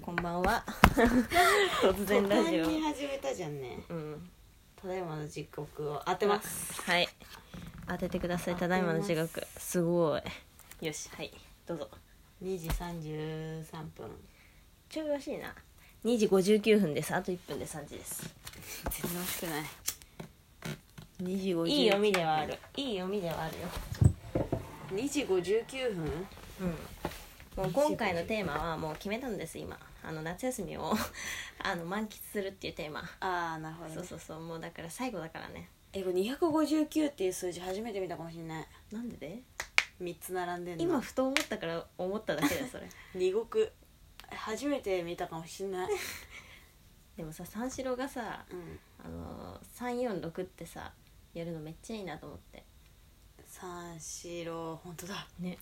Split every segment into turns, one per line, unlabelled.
こんばんは。突然ラジオ
途。端に始めたじゃんね
うん。
ただいまの時刻を当てます
はい。当ててください。ただいまの時刻。すごい。よし、はい。どうぞ。
2時33分
ちょい惜しいな。2時59分です。あと1分で3時です。
全然惜しくない
2時59
いい読みではある
いい読みではあるよ。
2時59分
うん。もう今回のテーマはもう決めたんです今あの夏休みを あの満喫するっていうテーマ
ああなるほど、ね、
そうそうそうもうだから最後だからね
えこれ259っていう数字初めて見たかもしれない
なんでで
3つ並んでんの
今ふと思ったから思っただけだよそれ
二国初めて見たかもしれない
でもさ三四郎がさ
うん
あのー、346ってさやるのめっちゃいいなと思って
三四郎本当だ
ね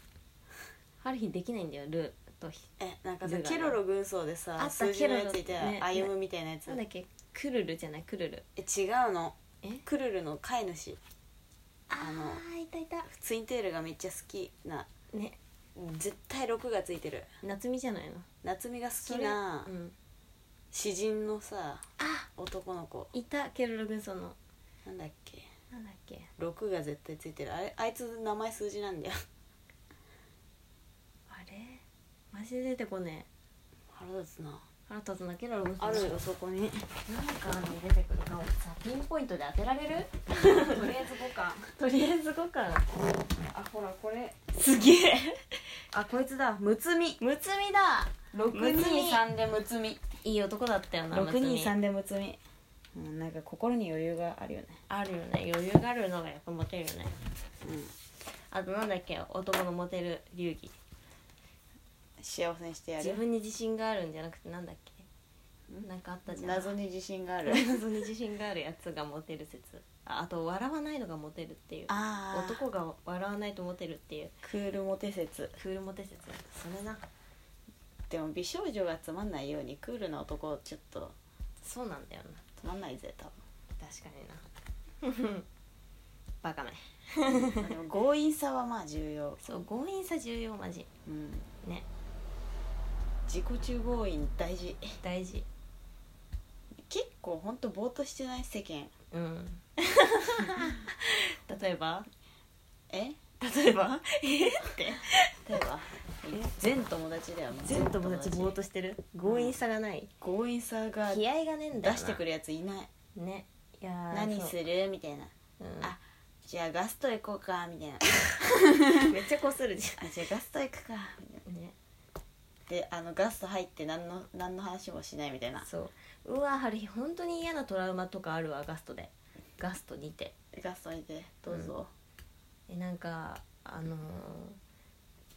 ある日できないんだよルーとひ
えなんかさ
ルガの
ケロロ軍曹で
あっ
さ
た
数字のやつい
ケ
て
ロロね
歩むみたいなやつ、
なんだっけクルルじゃないクルル
え違うの
え
クルルの飼い主
あ
あの
ーいたいた
ツインテールがめっちゃ好きな
ね
絶対6がついてる
夏美じゃないの
夏美が好きな
それうん、
詩人のさ
あ
男の子
いたケロロ軍曹の
なんだっけ
なんだっけ
6が絶対ついてるあれあいつ名前数字なんだよ
あれマジで出てこねえ
腹立つな
腹立つなケロロ軍曹
あるよそこに
なんかあの出てくるかもさピンポイントで当てられ る
とりあえず5巻
とりあえず5巻
あほらこれ
すげえ
あこいつだむつみ
むつみだ
623でむつみ
いい男だったよなむつみ
623でむつみうんなんか心に余裕があるよね
あるよね余裕があるのがやっぱモテるよね
うん
あとなんだっけ男のモテる流儀
幸せにしてや
自
る
分に自信があるんじゃなくてなんだっけ
ん
なんかあったじゃん
謎に自信がある
謎に自信があるやつがモテる説ああと笑わないのがモテるっていう
あ男
男が笑わないとモテるっていう
クールモテ説
クールモテ説それな
でも美少女がつまんないようにクールな男ちょっと
そうなんだよ
つまんないぜ多
な確かにな バカめ
分 でも強引さはまあ重要、
そう強引さ重要マジ
うん、
ね
自己中強引大事
大事
結構ほんとぼーっとしてない世間
うん 例えば
え
例えばえって
例えば 全友達だよな
全友達ぼーっとしてる強引さがない
強引さが
気合がねえんだよ
出してく
れ
るやついない
ねいやー
何
そう
するみたいな
うん
あじゃあガスト行こうかみたいなあ
めっちゃこするじ
じゃあガスト行くかみた
ゃ
いな
んね
であのガスト入って何の何の話もしないみたい な
そううわ春日本当に嫌なトラウマとかあるわガストでガストにて
ガスト行ってどうぞ、
えなんかあのー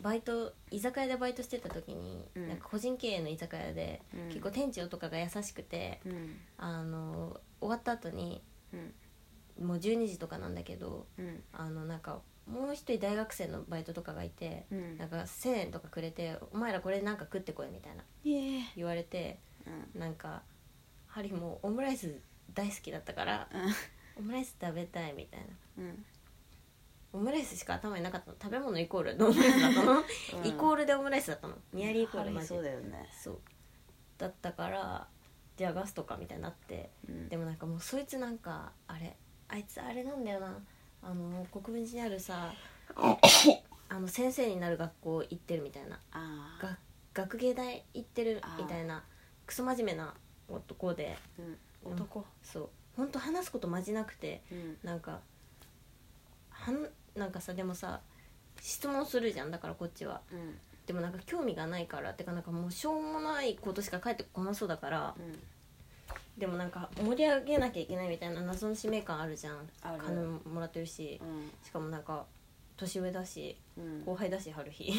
バイト居酒屋でバイトしてた時に、
うん
なんか個人経営の居酒屋で、
うん
結構店長とかが優しくて、
うん
あのー終わった後に
うん
もう12時とかなんだけど
うん
あのなんかもう一人大学生のバイトとかがいて、
うん
なんか1,000円とかくれて「お前らこれなんか食ってこい」みたいな
イエー
言われて
うん
なんかハリーもオムライス大好きだったからオムライス食べたいみたいな
うん
オムライスしか頭になかったの食べ物イコールでオムライスだった の、
うん
イコールでオムライスだったのニアリーイコールマジ
そうだよね
そうだったからじゃあガストかみたいになって
うん
でもなんかもうそいつなんかあれあいつあれなんだよなあの国分寺にあるさあの先生になる学校行ってるみたいな
ああ
が学芸大行ってるみたいなクソ真面目な男で
うん
うん
男
そうほんと話すことマジなくて
うん
なんかはんなんかさでもさ質問するじゃんだからこっちは
うん
でもなんか興味がないからってかなんかもうしょうもないことしか返ってこなそうだから
うん
でもなんか盛り上げなきゃいけないみたいな謎の使命感あるじゃん
ある
金ももらってるし
うん
しかもなんか年上だし
うん
後輩だし春日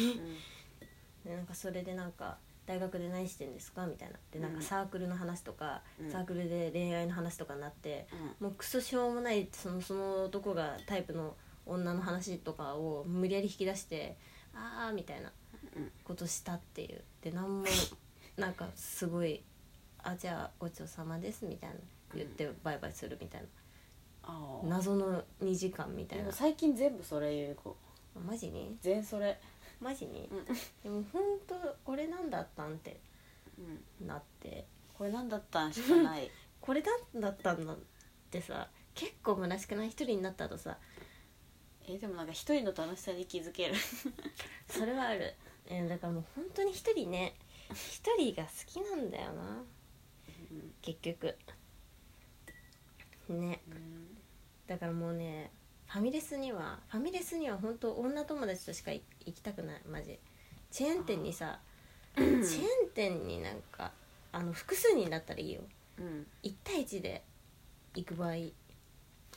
うん
でなんかそれでなんか大学で何してんですかみたいなでなん
う
か
ん
サークルの話とか、
うん
サークルで恋愛の話とかになって、もうクソしょうもないそのその男がタイプの女の話とかを無理やり引き出してああみたいな
うん
ことしたっていうで何もなんかすごい「あじゃあごちそうさまです」みたいな言ってバイバイするみたい
あ
な謎の2時間み
あ
た
で
いな
も最近全部それ言う子
マジに
全それ
マジに
うん
でも本当これなんだったんって
うん、
なって
これなんだったんしかない
これなんだったんだってさ結構虚しくない一人になった後さ
えでもなんか一人の楽しさに気づける
それはある、えーだからもう本当に一人ね一人が好きなんだよな
うん
結局ね
うん
だからもうねファミレスにはファミレスには本当女友達としか行行きたくないマジチェーン店にさチェーン店になんかあの複数人だったらいいよ
うん
1対1で行く場合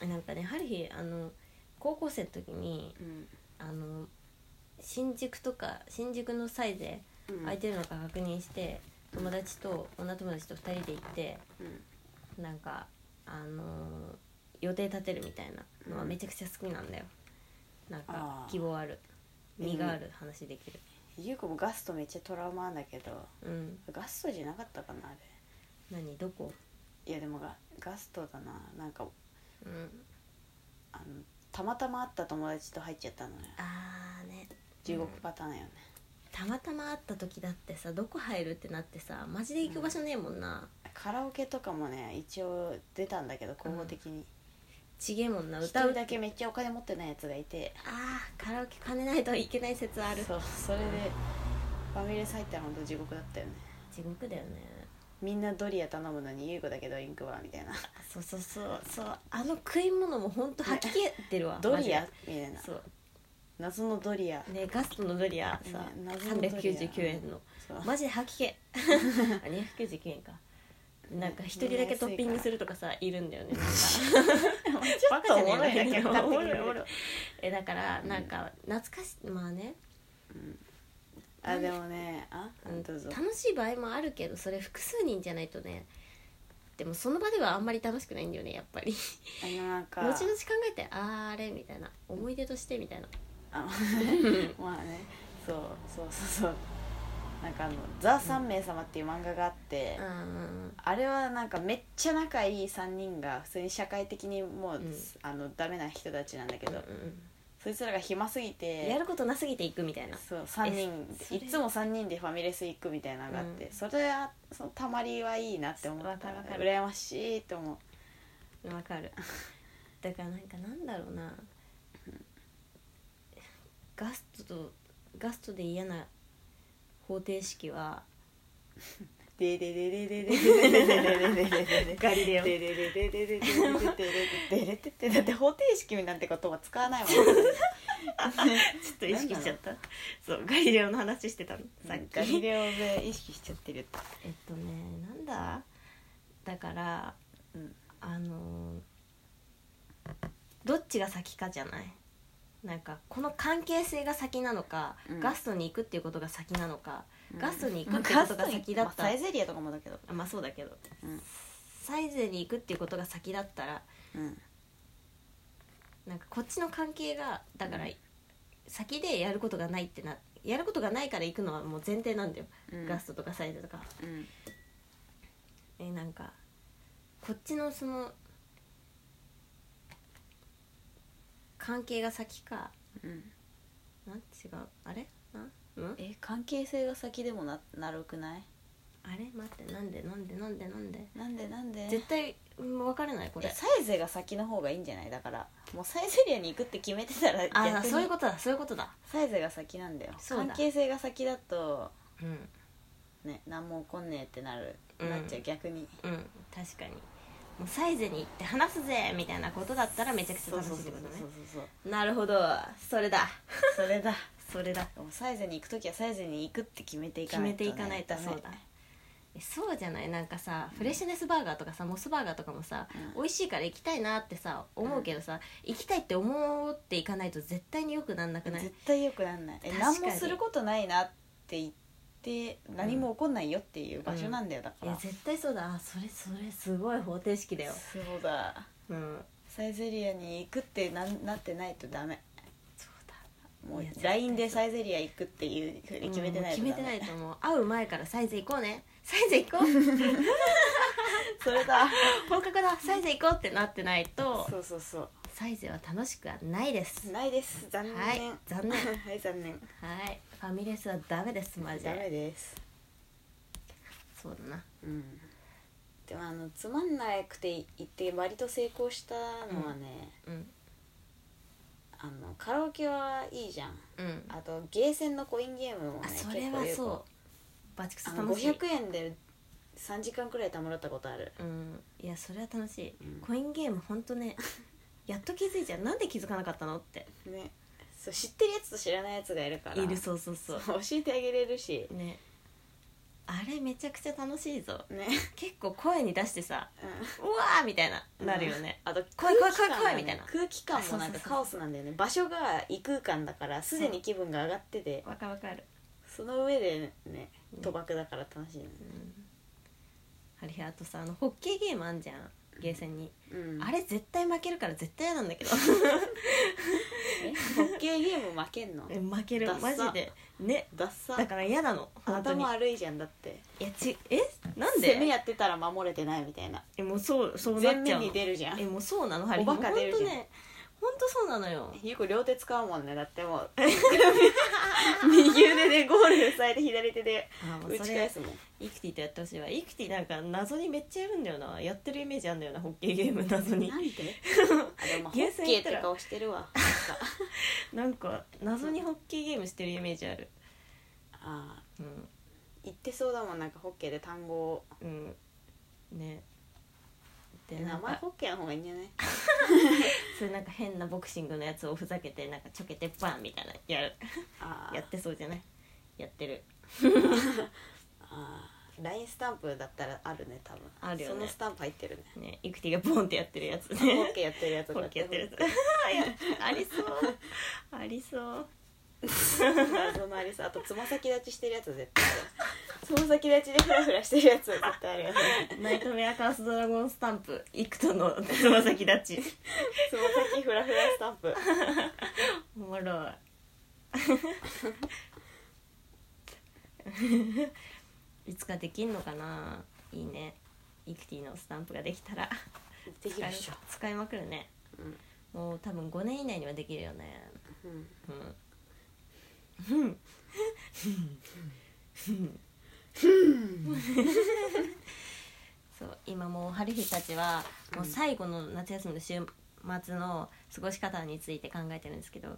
なんかねある日あの高校生の時に
うん
あの新宿とか新宿のサイで
うん
空いてるのか確認して、友達と女友達と2人で行って
うん
なんかあのー予定立てるみたいなのはめちゃくちゃ好きなんだよ、なん
あ
か
ー
希望ある
うん
身がある話できる
ゆうこもガストめっちゃトラウマなんだけど
うん、
ガストじゃなかったかなあれ
何どこ
いやでもガガストだななんか
うん
あのたまたま会った友達と入っちゃったのよ
あーね
地獄パターンよね、
たまたま会った時だってさどこ入るってなってさマジで行く場所ねえもんな、
カラオケとかもね一応出たんだけど候補的に
ちげえもんな
一
歌
人
う
だけめっちゃお金持ってないやつがいて
あーカラオケ金ないといけない説ある
そうそれでファミレス入ったら本当地獄だったよね
地獄だよね
みんなドリア頼むのに優子だけドリンクバーみたいな
あそうそうそうそうあの食い物もほんとはっきりってるわ
ド
マジ
リ
で
アみたいな
そう
謎のドリア
ねガストのドリアさ、
ね謎のドリア
399円の
そう
マジで吐き 気あ299円かなんか一人だけトッピングするとかさいるんだよねなんかバカじゃねえ
ちょっとおもろいな
だけどおもろ
客観的に見
い
る と
おもろいえだからなんか懐かしまあね
あでもねあ
うん
どうぞ
楽しい場合もあるけどそれ複数人じゃないとねでもその場ではあんまり楽しくないんだよねやっぱり
あのなんか
後々考えてあーあれみたいな思い出としてみたいな
あの まあねそうそうそうそうなんかあの「ザ・三名様」っていう漫画があって、
うんうん
あれはなんかめっちゃ仲いい3人が普通に社会的にもう、
うん
あのダメな人たちなんだけ
うん
ど、そいつらが暇すぎ
うんや
て
ることなすぎていくみたいな
そう3人
えそ
い
れ
つも3人でファミレス行くみたいなのがあって、
うん
それはそのたまりはいいなって思っ
わか
た
るわかる
羨ましいと思う
わかるだからなんかなんだろうなガストとガストで嫌な方程式は
ででででででででででででで
ガリレ
ででででででででででででだって方程式なんて言葉使わないもん
ちょっと意識しちゃったそうガリレオの話してたのさっき
ガリレオで意識しちゃってるって
えっとねなんだだから
うん
あのどっちが先かじゃないなんかこの関係性が先なのか、
うん
ガストに行くっていうことが先なのか、ガストに行く
ま
っ
あ
てことが先だ
ガ
っ
スト
た
にまあサイゼリアとかもだけど
あまあそうだけど、
うん
サイゼに行くっていうことが先だったら
うん
なんかこっちの関係がだから、
うん
先でやることがないってなやることがないから行くのはもう前提なんだよ、ガストとかサイゼとか。
うん
えなんかこっちのその関係が先か
うん
なん違うあれなうん
え関係性が先でもななるくない
あれ待ってなんでなんでなんでなんで
なんでなんで
絶対うん分からないこれ
サイゼが先の方がいいんじゃないだからもうサイゼリアに行くって決めてたら
あー
逆に
そういうことだそういうことだ
サイゼが先なんだよ
そうだ
関係性が先だと
うん
ね何も起こんねえってなる、
うん
なっちゃう逆に
うん確かにもうサイゼに行って話すぜみたいなことだったらめちゃくちゃ楽しいってことね
そう
なるほどそれだ
それだ
それだ
でもサイゼに行く時はサイゼに行くって決めていか
決
な
め
いと、
て
ね、
いかないと
ダメ
そうだえそうじゃないなんかさフレッシュネスバーガーとかさモスバーガーとかもさ、美味しいから行きたいなってさ思うけどさ、行きたいって思っていかないと絶対によくなんなくない
絶対良くなんないえ
確か
何
に
もすることないなって言って何も起こんないよっていう場所なんだよだか
い
ら、
や絶対そうだあそれそれすごい方程式だよ
そうだ
うん
サイゼリアに行くってなんなってないとダメ
そうだ
もう
いや絶対
LINE でサイゼリア行くっていうふうに決めてない
と
と
決
ダメ、
めてないと思う会う前からサイズ行こうねサイズ行こう
それだ
放課後だサイズ行こうってなってないと
そうそうそう
サイズは楽しくはないです
ないです残念
はい残念
はい残念
はいファミレスはダメですマジ
ダ
で
メです
そうだな
うんでもあのつまんなくて行って割と成功したのはね、
うん
あのカラオケはいいじゃん
うん
あとゲーセンのコインゲームもね
あそれはそうバチク
結
ソ
構よく
楽しい
あの500円で3時間くらいたまらったことある
うんいやそれは楽しい、
うん
コインゲームほんと ねやっと気づいちゃうなんで気づかなかったのって
ねそう知ってるやつと知らないやつがいるから
いるそうそうそう
そう教えてあげれるし
ねあれめちゃくちゃ楽しいぞ
ね、
結構声に出してさ「うわー!」みたいな
うん、
なるよね、
あと
怖い怖い
空気感が
怖い怖いみたいな
ね空気感もなん
あそ
か
うそうそう
カオスなんだよね場所が異空間だからすでに気分が上がってて
わかるわかる、
その上でね
うん
賭博だから楽しいのね
うん、あれあとさあのホッケーゲームあんじゃんゲーセンに、
うん
あれ絶対負けるから絶対嫌なんだけど
えホッケーゲーム負けんの
え 負ける
ダッ
マ
サ
ジでね
ダッサ
だから嫌なの本当に
頭悪いじゃんだって
いやちえなんで
攻めやってたら守れてないみたいな
えもうそうそうな
全
っちゃ
面
う
に
の
出るじゃ
え
ん
もうそうなのハリー
おバカ出るじ
ほん
ゃん
とねほんとそうなのよ
ゆうこ両手使うもんねだってもう 右腕でゴールされて左手で
あもう
打
そ
ち
れ
返すもん
イクティとやってほしいわイクティなんか謎にめっちゃやるんだよなやってるイメージあんだよなホッケーゲーム謎に
なんであでもまあホ
ゲー
ッ
セン
ケー
行
っ
った
て
ら
顔してるわ
なんか謎にホッケーゲームしてるイメージある
あ
うん
ー言ってそうだもんなんかホッケーで単語を
うんねで
名
なん
前
か
ホッケーの方がいいんじゃない
それなんか変なボクシングのやつをふざけてなんかちょけてバンみたいなやる
あー
やってそうじゃないやってる
あー LINE スタンプだったらあるね多分
あるよね
そのスタンプ入ってるね
ねイクティがボンってやってるや つ
ホ
ね
ッケーやってるやつ
ホッケーやってるやつ ありそうありそう
謎のありさあとつま先立ちしてるやつ絶対あるつま先立ちでフラフラしてるやつ絶対あるよね
ナイトメアカースドラゴンスタンプイクトのつま先立 ち
つま先フラフラスタンプ
おもろい いつかできんのかないいねイクティのスタンプができたら
でき
使
る
い
っしょ、
使いまくるね
うん
もう多分5年以内にはできるよね
うん、
うんそう今もう春日たちはもう最後の夏休みの週末の過ごし方について考えてるんですけど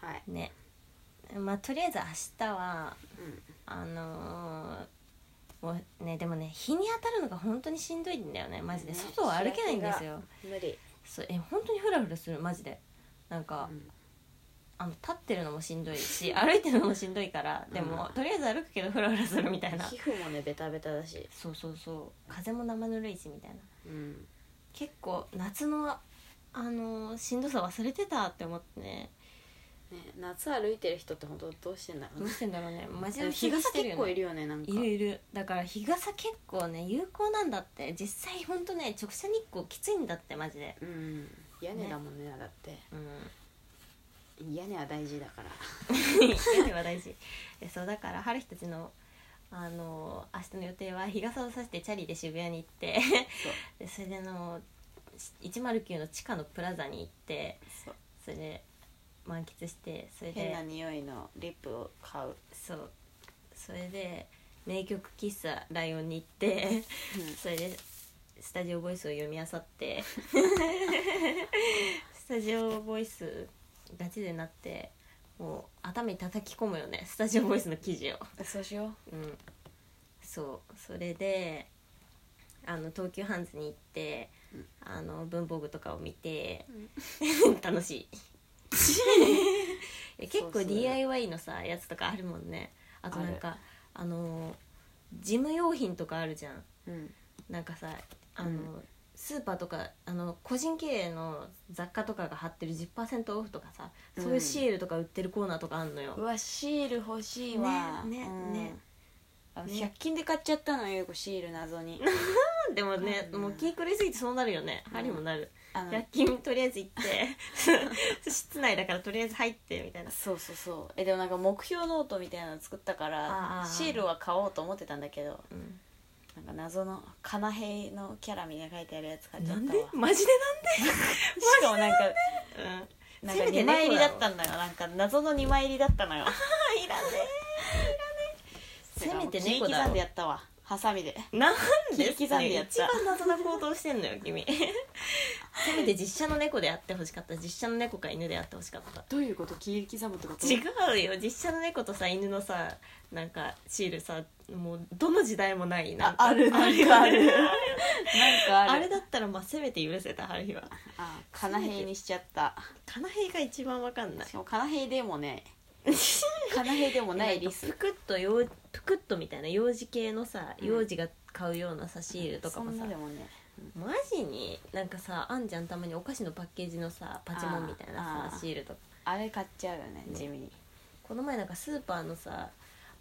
はい、
ねまあとりあえず明日は
うん、
あのーもうねでもね日に当たるのが本当にしんどいんだよねマジで
ね
外を歩けないんですよ
無理、
そうえ本当にフラフラするマジでなんか、
うん
あの立ってるのもしんどいし 歩いてるのもしんどいからでも、
うん
とりあえず歩くけどフラフラするみた いな
皮膚もねベタベタだし、
そうそうそう風も生ぬるいしみたいな
うん、
結構夏のあのーしんどさ忘れてたって思ってね
ね夏歩いてる人って本当どうしてんだろう
どう
ね
してんだろうねマジ
で
で
も日傘
して
結構いるよねなんか
いるいるだから日傘結構ね有効なんだって実際ほんとね直射日光きついんだってマジで
うん屋根だもんねだって
うん
屋根は大事だから
屋根は大事えそうだから春日たちのあの明日の予定は日傘をさしてチャリで渋谷に行って
そう
でそれであの109の地下のプラザに行って
そう
それで満喫してそれ
変
で
な匂いのリップを買う、
そうそれで名曲喫茶「ライオン」に行ってそれでスタジオボイスを読み漁ってスタジオボイスガチでなってもう頭に叩き込むよねスタジオボイスの記事を
そうしよ
うんそうそれであの東急ハンズに行って、
うん
あの文房具とかを見て
う、
楽し いいや結
そう
構
そう
DIY のさやつとかあるもんねあとなんかあの事務用品とかあるじゃん
うん
なんかさあの、
うん
スーパーとかあの個人経営の雑貨とかが貼ってる10%オフとかさそういううんシールとか売ってるコーナーとかあんのよ、
うわシール欲しいわ
ねね
うん
ね
あの
ね
100均で買っちゃったのよゆうこシール謎 に
でもね、
うん
もう気狂いすぎてそうなるよね、
うん
針もなる
あの
100均とりあえず行って 室内だからとりあえず入ってみたいな
そうそうそうえでもなんか目標ノートみたいなの作ったか
あ
ら
あ
シールは買おうと思ってたんだけど
うん
なんか謎のカナヘイのキャラみたいな書いてあるやつ買っちゃ
な
ったわ
んでマジで
しかもなんか
なんで、うん、
なんか2枚入りだったんだよなんか謎の2枚入りだったの よ
いらねえいらねえせめて
切り
猫だ
刻ん
ろ
でやったわハサミで
なんで
切り刻んでやった
一番謎な行動してんのよ 君せめて実写の猫であってほしかった実写の猫か犬であってほしかった
どういうこと切り刻むってこと
違うよ実写の猫とさ犬のさなんかシールさもうどの時代もないなんか
ああるなん
よね
かある なんかある
あれだったらまあせめて許せた春日は
あカナヘイにしちゃった
カナヘイが一番わかんない
しかもカナヘイで もねカナヘイでもないリス
プクッとようプクッとみたいな幼児系のさ
うん
幼児が買うようなさシールとかも
そん
さ
なでもね
マジになんかさあんじゃんたまにお菓子のパッケージのさパチモンみたいな
あ
さ
ー
シールとか
あれ買っちゃうよね地 味に
この前なんかスーパーのさ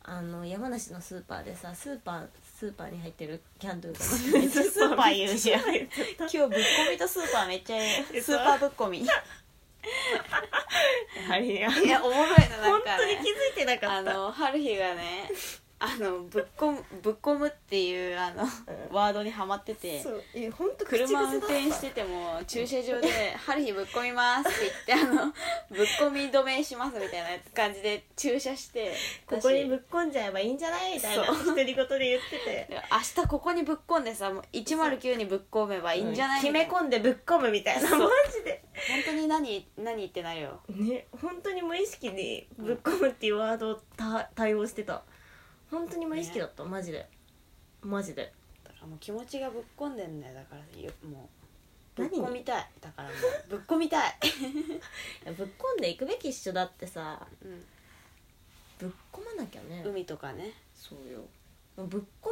あの山梨のスーパーでさスーパースーパーに入ってるキャンドゥが
めっちゃスーパー言うじゃん
めっちゃ
今日ぶっこみとスーパーめっちゃええ
嘘
スーパーぶっこみい
言うやん
やおもろいのな
本
んか、
当に
ね、
気づいてなか
あ
った
の春日が ねあのぶっこむぶっこむっていうあのワードにはまってて
そういや本当
車運転してても駐車場で「春日ぶっこみます」って言ってあのぶっこみ止めしますみたいなやつ感じで駐車して
ここにぶ
私
っこんじゃえばいいんじゃないみたいな
そう
独り言で言ってて
明日ここにぶっこんでさもう109にぶっこめばいいんじゃない
決め
ん
込んでぶっ込むみたいな
そう
マジで
本当に何何ってなるよ
ね本当に無意識にぶっ込むっていうワードをた対応してた本当に無意識だった、マジでマジで
だからもう気持ちがぶっこんでんだよだからよもうぶっ
何に
こみたいだからもうぶっこみたい、
ぶっ込んでいくべきっしょだってさ
うん
ぶっ込まなきゃね、
海とかね
そうよもうぶっ込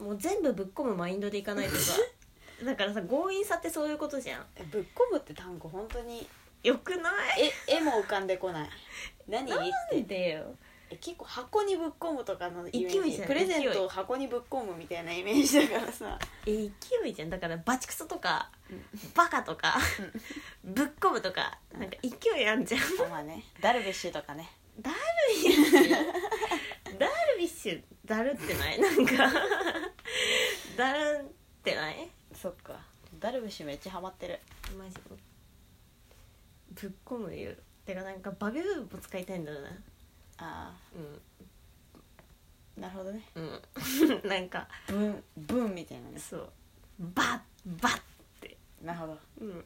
むもう全部ぶっ込むマインドでいかないと さだからさ強引さってそういうことじゃん
えぶっこむって単語本当に
よくない
え絵も浮かんでこない何っ
なん
て
でよ
え結構箱にぶっこむとかのイメ
勢
ー
い
ジ
じゃん
プレゼントを箱にぶっこむみたいなイメージだ からさ
え勢いじゃんだからバチクソとか、バカとか、ぶっ込むとかなんか勢いあんじゃん
まあねダルビッシュとかね
ダルビッシュダルビッシュだるってないなんかだるってない
そっかダルビッシュめっちゃハマってる
マジでぶっ込むよてかなんかバビューも使いたいんだろうな
あ
う
あなるほどね
んうん なんか
ブンブンみたいなね
そうバッバッって
なるほど
うん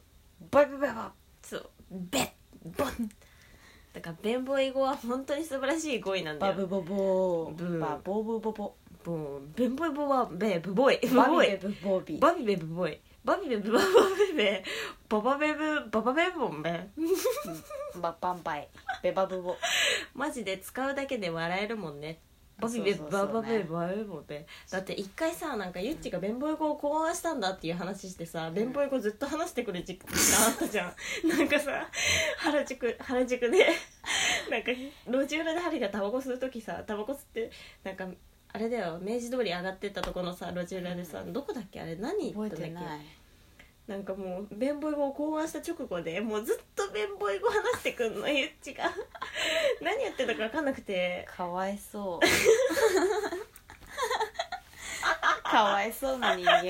バイバイバイバ
そうベッボンだから弁護英語は本当に素晴らしい語彙なんだ
バ
よ
ブボボ
ブン
ーバボブボボ
ボン弁護英語はベブボイブ
バ
ボ
ビ
イ
ベブボビ
バビベブボイバビベブババベベババベブババベボンベ
ババンバイベバブボ
マジで使うだけで笑えるもんねバビベ
そう
ブ
そうそ
ババ
う
ベ
ね
ブバベボンベだって一回さなんかゆっちが弁護英語を考案したんだっていう話してさ弁護英語ずっと話してくれる時間あったじゃ んなんかさ原宿原宿で なんか路地裏で針がタバコ吸う時さタバコ吸ってなんかあれだよ明治通り上がってったとこのさ路地裏でさどこだっけあれ何行
覚
っ
え
たんだっけ
てない
なんかもう弁護語を考案した直後でもうずっと弁護語話してくんのゆっちが 何やってたか分かんなくて
かわい そうかわいそうな人間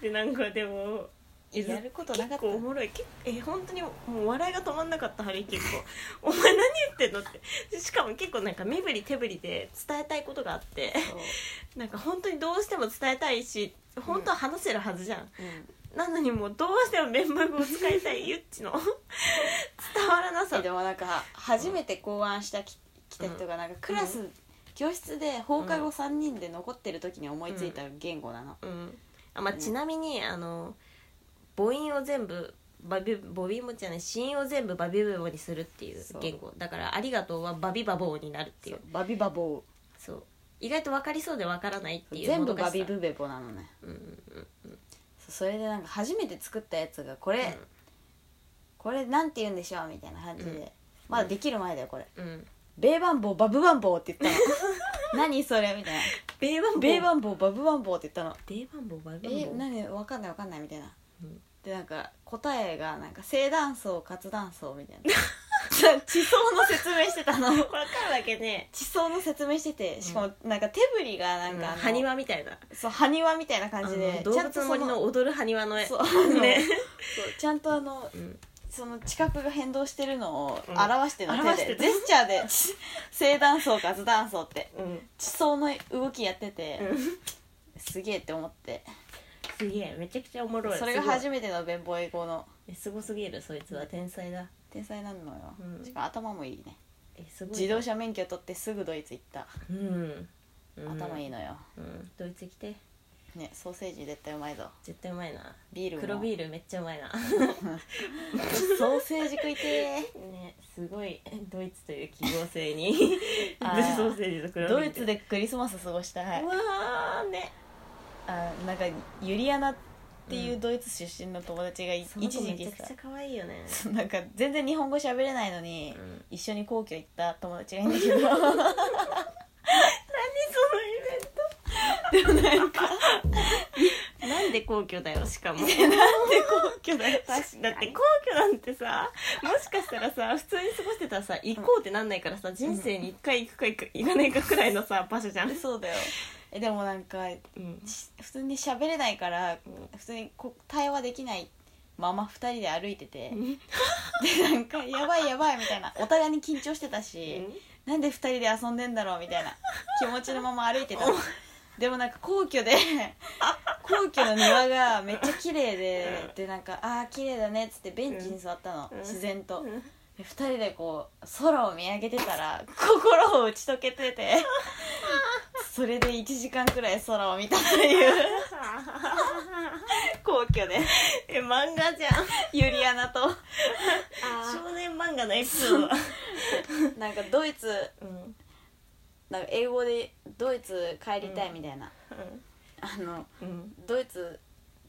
でなんかでもえず
やることなかっ
結
た
構おもろいけえ本当にもう笑いが止まんなかったハリー結構「 お前何言ってんの?」ってでしかも結構なんか身振り手振りで伝えたいことがあって
そう
なんか本当にどうしても伝えたいし本当は話せるはずじゃん、
うん
なのにもうどうしても弁護語を使いたいゆっちの 伝わらなさ
えでもなんか初めて考案したき来た人がなんかクラス、
う
教室で放課後3人で残ってる時に思いついた言語なの、
うんあまあ、
うん
ちなみにあの母音を全部バビボビもじゃない子音を全部バビブボにするっていう
そう
言語だから「ありがとう」はバビバボーになるってい
そううバビバボ
そう意外と分かりそうで分からないって
ー
いう
全部
もどか
バ
しさ
ビブベボなのね
うんうんうん
そうそれでなんか初めて作ったやつがこれ、これなんて言うんでしょうみたいな感じで、
うん
まだできる前だよこれ
うんうん
ベーバンボーバブバンボーって言ったの 何それみたいな
米番
ベー
番
バンボーバブバンボーって言ったの
米番棒バビ
え
バボー
何わかんないわかんないみたいな、
うん
でなんか答えがなんか正断層活断層みたいな さ地層の説明してたの
これわかるわけね
地層の説明しててしかもなんか手振りがなんかあの
埴輪みたいな
そう埴輪みたいな感じ
あ
で
の動物の森の踊る埴輪の絵
そうあの
ね
そうちゃんとあの
うん
その地殻が変動してるのを
うん
表してるの、手
表して
で
る
ジェスチャーでち正断層か図断層って
うん
地層の動きやってて、
うん
すげえって思って
すげえめちゃくちゃおもろい
それが
すごい
初めてのベンボ英語の
えすごすぎるそいつは天才だ
天才なのよ、
うん
しかも頭もいいね
えすごい
自動車免許取ってすぐドイツ行った、
うん、うん、
頭いい
い
のよ
うんドイツ来て
ねソーセージ絶対うまいぞ
絶対うまいな
ビールも
黒ビールめっちゃうまいな
ソーセージ食いて
ねすごいドイツという記号性に
あー
ソーセージと黒
ー
ビール
ドイツでクリスマス過ごしたいう
わーね
あなんかユリアナっていうドイツ出身の友達がい
その
一
子め
時期
ちゃ
さ
くちゃ可愛いよね
そうなんか全然日本語喋れないのに、
うん
一緒に皇居行った友達がいるんだけどでもなんか
なんで皇居だよしか も
なんで皇居だよ
だって皇居なんてさもしかしたらさ普通に過ごしてたらさ行こうってなんないからさ人生に1回行くか行く行かないかくらいのさ場所じゃん、
そうだよえでもなんか
うん、
し普通に喋れないから
う
普通にこ対話できないまま2人で歩いててでなんか「やばいやばい」みたいなお互いに緊張してたし、なんで2人で遊んでんだろう みたいな気持ちのまま歩いてたのでもなんか皇居で 皇居の庭がめっちゃ綺麗ででなんか「ああ綺麗だね」っつってベンチに座ったの、
うん
自然と
う。ん
で2人でこう空を見上げてたら心を打ち解けて てそれで1時間くらい空を見たという 皇居で
え漫画じゃん
ユリアナと
少年漫画のエピソードだ
なんかドイツ
うんうん
なんか英語でドイツ帰りたいみたいな、あの
うん
ドイツ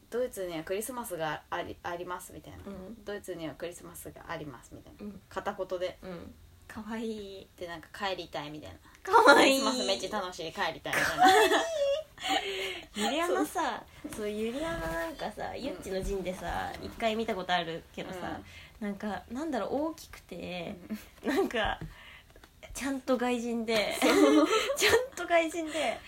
ドイツにはクリスマスがありありますみたいな、
うん
ドイツにはクリスマスがありますみたいな、
うん
片言で
うんかわいい
でなんか帰りたいみたいな
かわ
ク
い
リ
い
スマスめっちゃ楽しい帰りたいみたいな
ユリアナさそうユリアナなんかさユッチの陣でさ一回見たことあるけどさ、なんかなんだろう大きくて、なんかちゃんと外人で ちゃんと外人で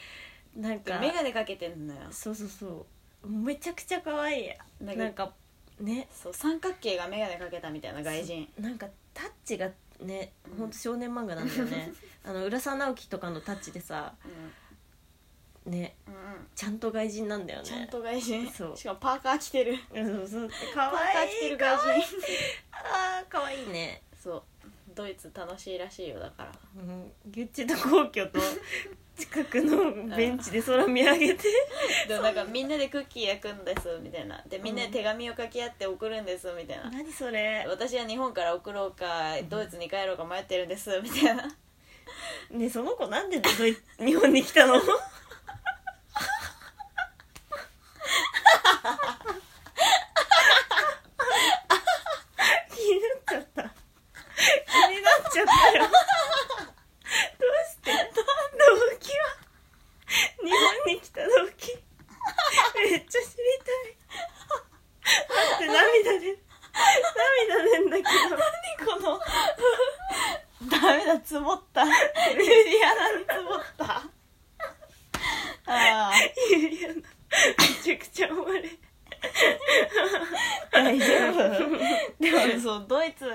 なんか
眼鏡かけてんのよ
そうそうそうめちゃくちゃ可愛い
な
なんん
か
かね
そう三角形が眼鏡かけたみたいな外人
なんかタッチがね
うん
ほんと少年漫画なんだよ ねあの浦沢直樹とかのタッチでさ
う
ね
ん、うんうん、
ちゃんと外人なんだよね
ちゃんと外人
そう
しかもパーカー着てる
そうそう可
パーカー着て
愛い
る外人
あー可愛いね
そうドイツ楽しいらしいよだから
うんギュッチと皇居と近くのベンチで空見上 げて
でもなんかみんなでクッキー焼くんですみたいなでみんなで手紙を書き合って送るんですみたいな、
何それ
私は日本から送ろうかドイツに帰ろうか迷ってるんですみたいな
ねその子なんでドイ日本に来たの気になっちゃった気になっちゃったよどうして動機は日本に来た動機めっちゃ知りたいだって涙で涙出んだけど
この ダメだ積もったユリアナに積もったああ
ゆりやなめちゃくちゃおもれ
大丈夫でもそうドイツ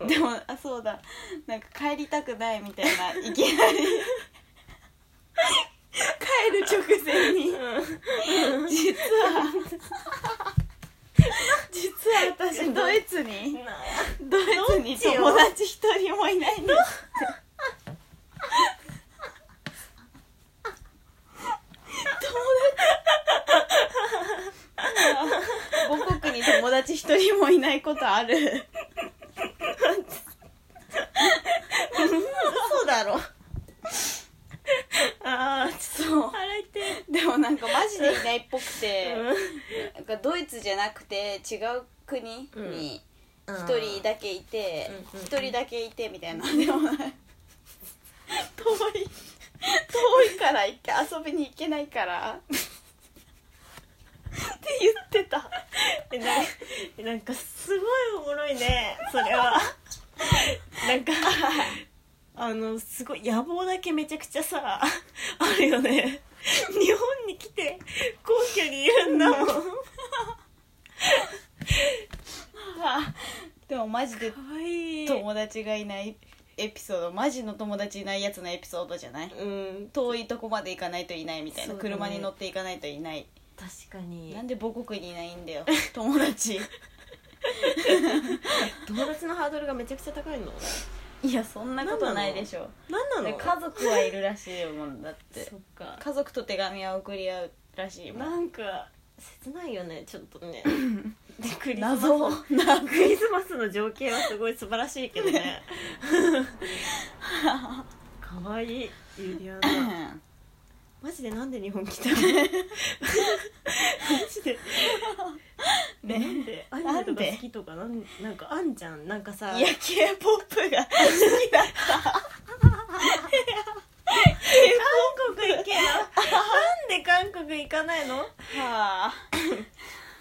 でもあそうだなんか帰りたくないみたいないきなり帰る直前に実は 実は私ドイツにドイツに友達一人もいないんです友達母国に友達一人もいないことある
そうだろああ
そう
腹痛い
でもなんかマジでいないっぽくて、
う
なんかドイツじゃなくて違う国に
ん
一人だけいて
うんうん
一、人だけいてみたいなでもなんか遠い遠いから一回遊びに行けないからって言ってた
えななんかすごいおもろいねそれはなんかあのすごい野望だけめちゃくちゃさあるよね日本に来て皇居にいるんだもんか
でもマジで
わいい
友達がいないエピソードマジの友達いないやつのエピソードじゃない
うん
遠いとこまで行かないといないみたいな、
そうだね
車に乗って行かないといない
確かに
なんで母国にいないんだよ友達
友達のハードルがめちゃくちゃ高いの
いやそんなことないでしょ
何な
で
の
家族はいるらしいもんだって
そっか
家族と手紙は送り合うらしいもん
なんか切ないよねちょっとねでクリスマス
謎な
クリスマスの情景はすごい素晴らしいけど ねかわいいユリアナマジでなんで日本来 たのマジで、
ね
なんでアニメとか
なんで
好きとかなんなんかあんじゃんなんかさ
いや k p o p が好きだった
韓国行けよなんで韓国行かないの
はあ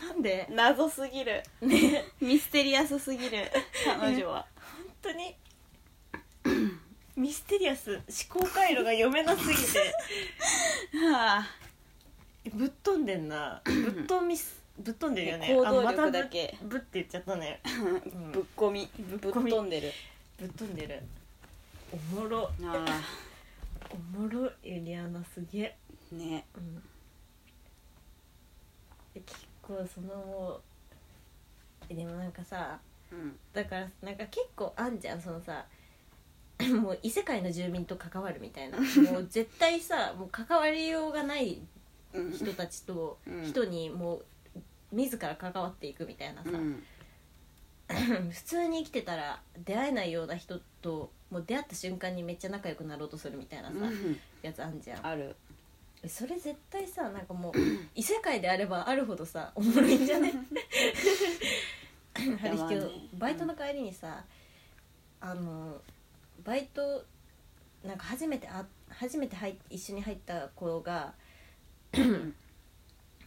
なんで
謎すぎる
ね
ミステリアスすぎる彼女は
本当にミステリアス思考回路が読めなすぎて
はあ
ぶっ飛んでんなぶっ飛みすぶっ飛んでるよね
行動力
あまたぶ
だけ
ぶって言っちゃった ねん
ぶっこみ
ぶ
ぶ
っ
っ
こみ
飛んでる
ぶっ飛んでるおもろ
あ
おもろユリアナすげえ、
あね
うん、で結構そのもうでもなんかさ
うん
だからなんか結構あんじゃんそのさ もう異世界の住民と関わるみた いなもう絶対さもう関わりようがない
うん
人たちと
うん
人にもう自ら関わっていくみたいなさ、
うん
普通に生きてたら出会えないような人ともう出会った瞬間にめっちゃ仲良くなろうとするみたいなさ、
うん
やつあんじゃん
ある
それ絶対さなんか もう異世界であればあるほどさおもろいんじ ゃね春
まあ
彦、
ね
バイトの帰りにさ、あのバイトなんか初めてあ初めて入っ一緒に入った子が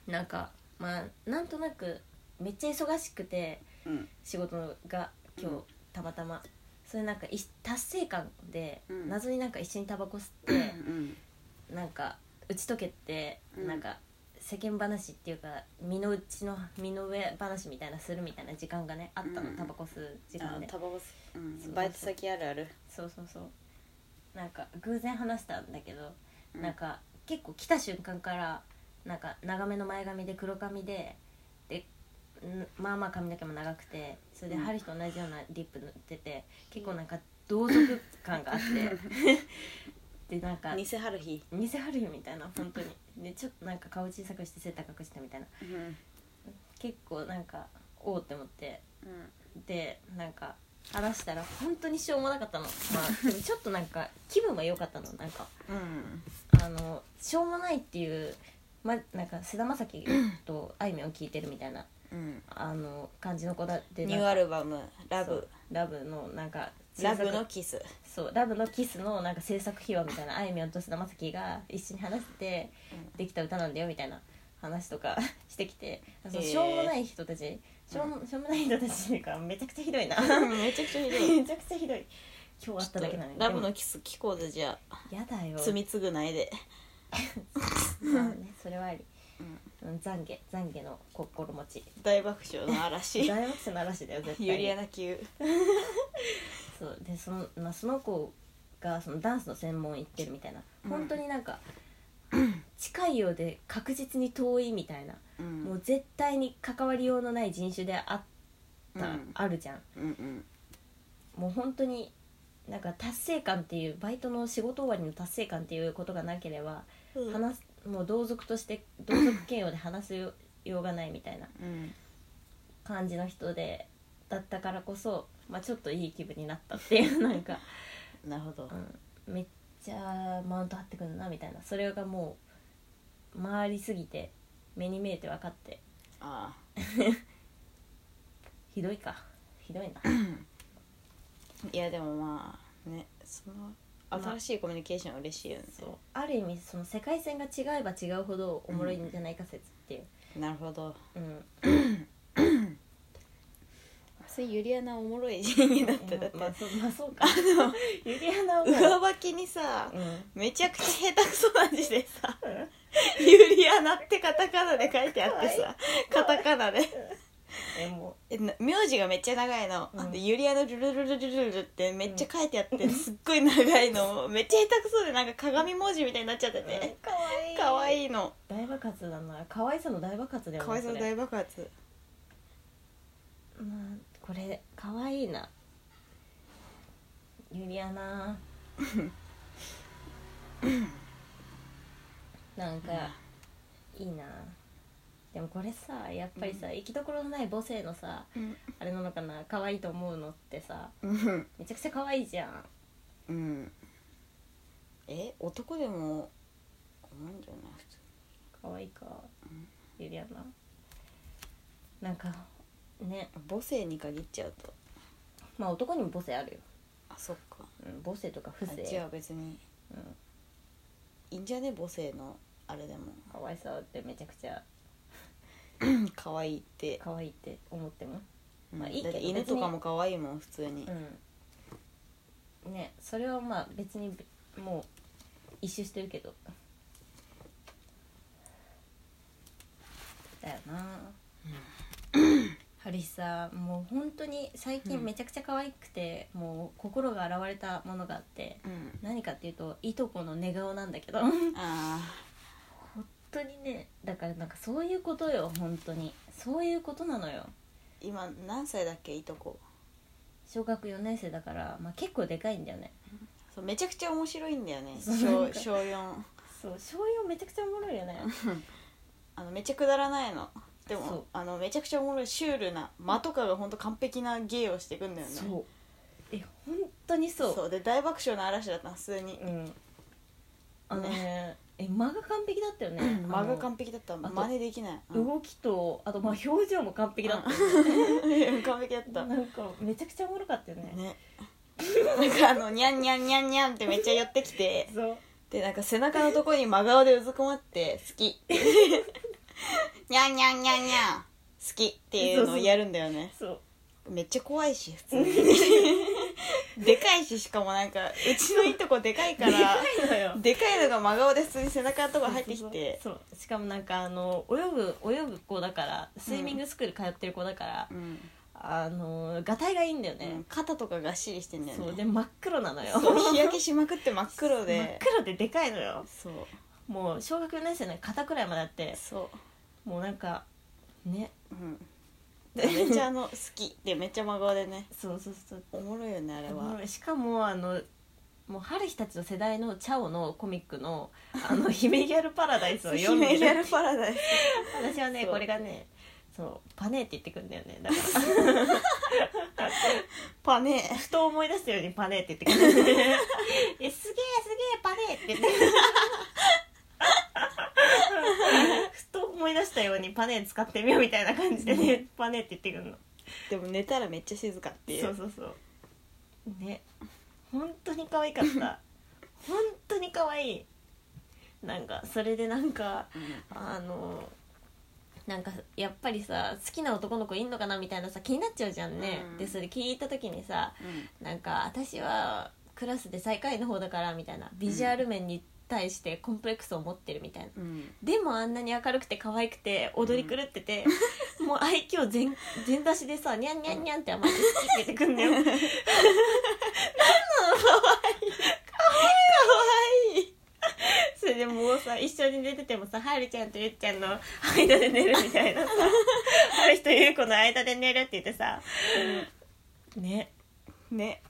なんかまあなんとなくめっちゃ忙しくて
うん
仕事が今日、
うん
たまたまそれなんかい達成感で、
うん
謎になんか一緒にタバコ吸って。
うん
なんか打ち解けて、
うん
なんか世間話っていうか身の内の身の上話みたいなするみたいな時間がねあったの、
うん
タバコ吸う時
あ
間で
タバコ吸う
そうそうそ
ん
う
バイト先あるある
そうそうそうなんか偶然話したんだけど、
うん
なんか結構来た瞬間からなんか長めの前髪で黒髪ででんまあまあ髪の毛も長くてそれで
うん
春日と同じようなリップ塗ってて結構なんか同族感があって でなんか
偽春日
偽春日みたいな本当にでちょっとなんか顔小さくして背高くしてみたいな
うん
結構なんかおおって思って
うん
でなんか話したら本当にしょうもなかったのまあでもちょっとなんか気分は良かったのなんか
うん
あのしょうもないっていうまなんか菅田将暉とあいみょん聞いてるみたいな
うん
あの感じの子だって
ニューアルバム「ラ
そう
ブ
ラブのなんか
ラブ
制
の
作
キス」
そうラブのキスのなんか制作秘話みたいなあいみょんと菅田将暉が一緒に話して
うん
できた歌なんだよみたいな話とかしてきてその
へー
しょうもない人たちしょうもしょうもない人たちっていうかめちゃくちゃひどいな
めちゃくちゃひどい
めちゃくちゃひどい今日あっただけなのに
ラブの
で
キス聞こうぜじゃあ
もやだよ
罪償いで
まあねそれはあり、うん、懺悔懺悔の心持ち
大爆笑の 嵐
大学生の嵐だよ 絶対に
ユリアナ級
そうでその,、まあ、その子がそのダンスの専門行ってるみたいな
うん
本当になんか、近いようで確実に遠いみたいな、
うん
もう絶対に関わりようのない人種であった、
うん
あるじゃん
うんうん
もう本当になんか達成感っていうバイトの仕事終わりの達成感っていうことがなければ、話すもう同族として同族嫌悪で話すよようがないみたいな
うん
感じの人でだったからこそ、まあ、ちょっといい気分になったっていう なんか、
なるほど
うん、めっちゃマウント張ってくるなみたいなそれがもう回りすぎて目に見えて分かって
あ
ひどいかひど いな
あいやでもまあねその新しいコミュニケーションは嬉しいよね
そうある意味その世界線が違えば違うほどおもろいんじゃないか説っていう、
なるほど
うん、
そういうゆりアナおもろい人間だっただって、
まあ、そまあそうかゆりやなも
上履きにさ
う、ん
めちゃくちゃ下手くそな字でさ「 ゆりアナ」ってカタカナで書いてあってさカタカナで
えも
えな名字がめっちゃ長いの
うん
あのゆりアナルルルルルルルってめっちゃ書いてあってすっごい長いのめっちゃ下手くそでなんか鏡文字みたいになっちゃって
う、ね
て、
かわいい
可愛いの
大爆発だな可愛さの大爆発だよね
可愛さ
それ
大爆発
まあこれ可愛いなゆりや ななんかいいなでもこれさやっぱりさ、行きどころのない母性のさ
うん
あれなのかな可愛いと思うのってさ
うん
めちゃくちゃ可愛いじゃん
うんえ男でも思うんじゃない普通
可愛いかゆりやななんかね
母性に限っちゃうと
まあ男にも母性あるよ、
あそっか
うん、母性とか不
あっち
正
は別に
うん
いいんじゃね母性のあれでも
可愛さってめちゃくちゃ
可愛いって、
可愛いって思ってもまあ
うん
いいけど
だって犬とかも可愛いもん普通に、
うんねそれはまあ別にべもう一周してるけどだよなハリさもう本当に最
う
近
ん
めちゃくちゃ可愛くて、もう心が洗われたものがあって
うん
何かっていうといとこの寝顔なんだけど
あ
本当にねだからなんかそういうことよ本当にそういうことなのよ
ー今何歳だっけいとこ
小学4年生だから、まあ、結構でかいんだよね
そうめちゃくちゃ面白いんだよね
そうな
小
んか
小4
そう醤油めちゃくちゃおもろいよね
あのめっちゃくだらないので
そ
も
う
あのめちゃくちゃおもろいシュールな間とかがほんと完璧な芸をしていくんだよね
そうえ本当にそう
そうで大爆笑の嵐だったの普通に
うんあのねえ間が完璧だったよね
間が
完
完璧だった
あと
真似できないうん
動きとあとまあ表情も完璧だったよ
うん 完璧だった
なんかめちゃくちゃおもろかったよね
ねなんかあのニャンニャンニャンニャンってめっちゃ寄ってきて
そう
でなんか背中のとこに真顔でうずくまって 好きニャンニャンニャンニャン好きっていうのをやるんだよね
そう
めっちゃ怖いし普通にでかいししかもなんかうちのいとこでかいから
いのよ
でかいのが真顔で普通に背中のとこ入ってきて
そうしかもなんかあの泳ぐ泳ぐ子だからスイミングスクール通ってる子だから、
うん
あのがたいがいいんだよ
う
ね
ん、肩とかがっしりしてんだよ
そうで
ね
真っ黒なのよ
そう日焼けしまくって真っ黒
真っ
で
黒ででかいのよ
そう
もう小学4年生の肩くらいまであって
そ
もうなんかね
ううんでめっちゃあの好きでめっちゃ真顔でね
そうそうそう
おもろいよねあれは
しかもあのもう春日たちの世代のチャオのコミックのあの「姫ギャルパラダイス」を読んで
姫ギャ
る
ルパラダイス
私はね
そう
これがねそうパネーって言ってくんだよねだ から
パネ
ふと思い出したようにパネーって言ってくる えすげえすげえパネーって言ってふと思い出したようにパネー使ってみようみたいな感じでねパネーって言ってくるの
でも寝たらめっちゃ静かっていう
そうそうそうね本当に可愛かった 本当に可愛いなんかそれでなんか
うん
あのなんかやっぱりさ好きな男の子いんのかなみたいなさ気になっちゃうじゃんね、
うん
でそれ聞いた時にさ
うん
なんか私はクラスで最下位の方だからみたいなビジュアル面に対してコンプレックスを持ってるみたいな、
うん
でもあんなに明るくて可愛くて踊り狂ってて、もう愛嬌 全全出しでさニャンニャンニャンって甘えて好きって言ってくんだよなんなの可愛い可愛いそれでもうさ一緒に寝ててもさはるちゃんとゆっちゃんの間で寝るみたい なさはるとゆうこの間で寝るって言ってさ、ね
ね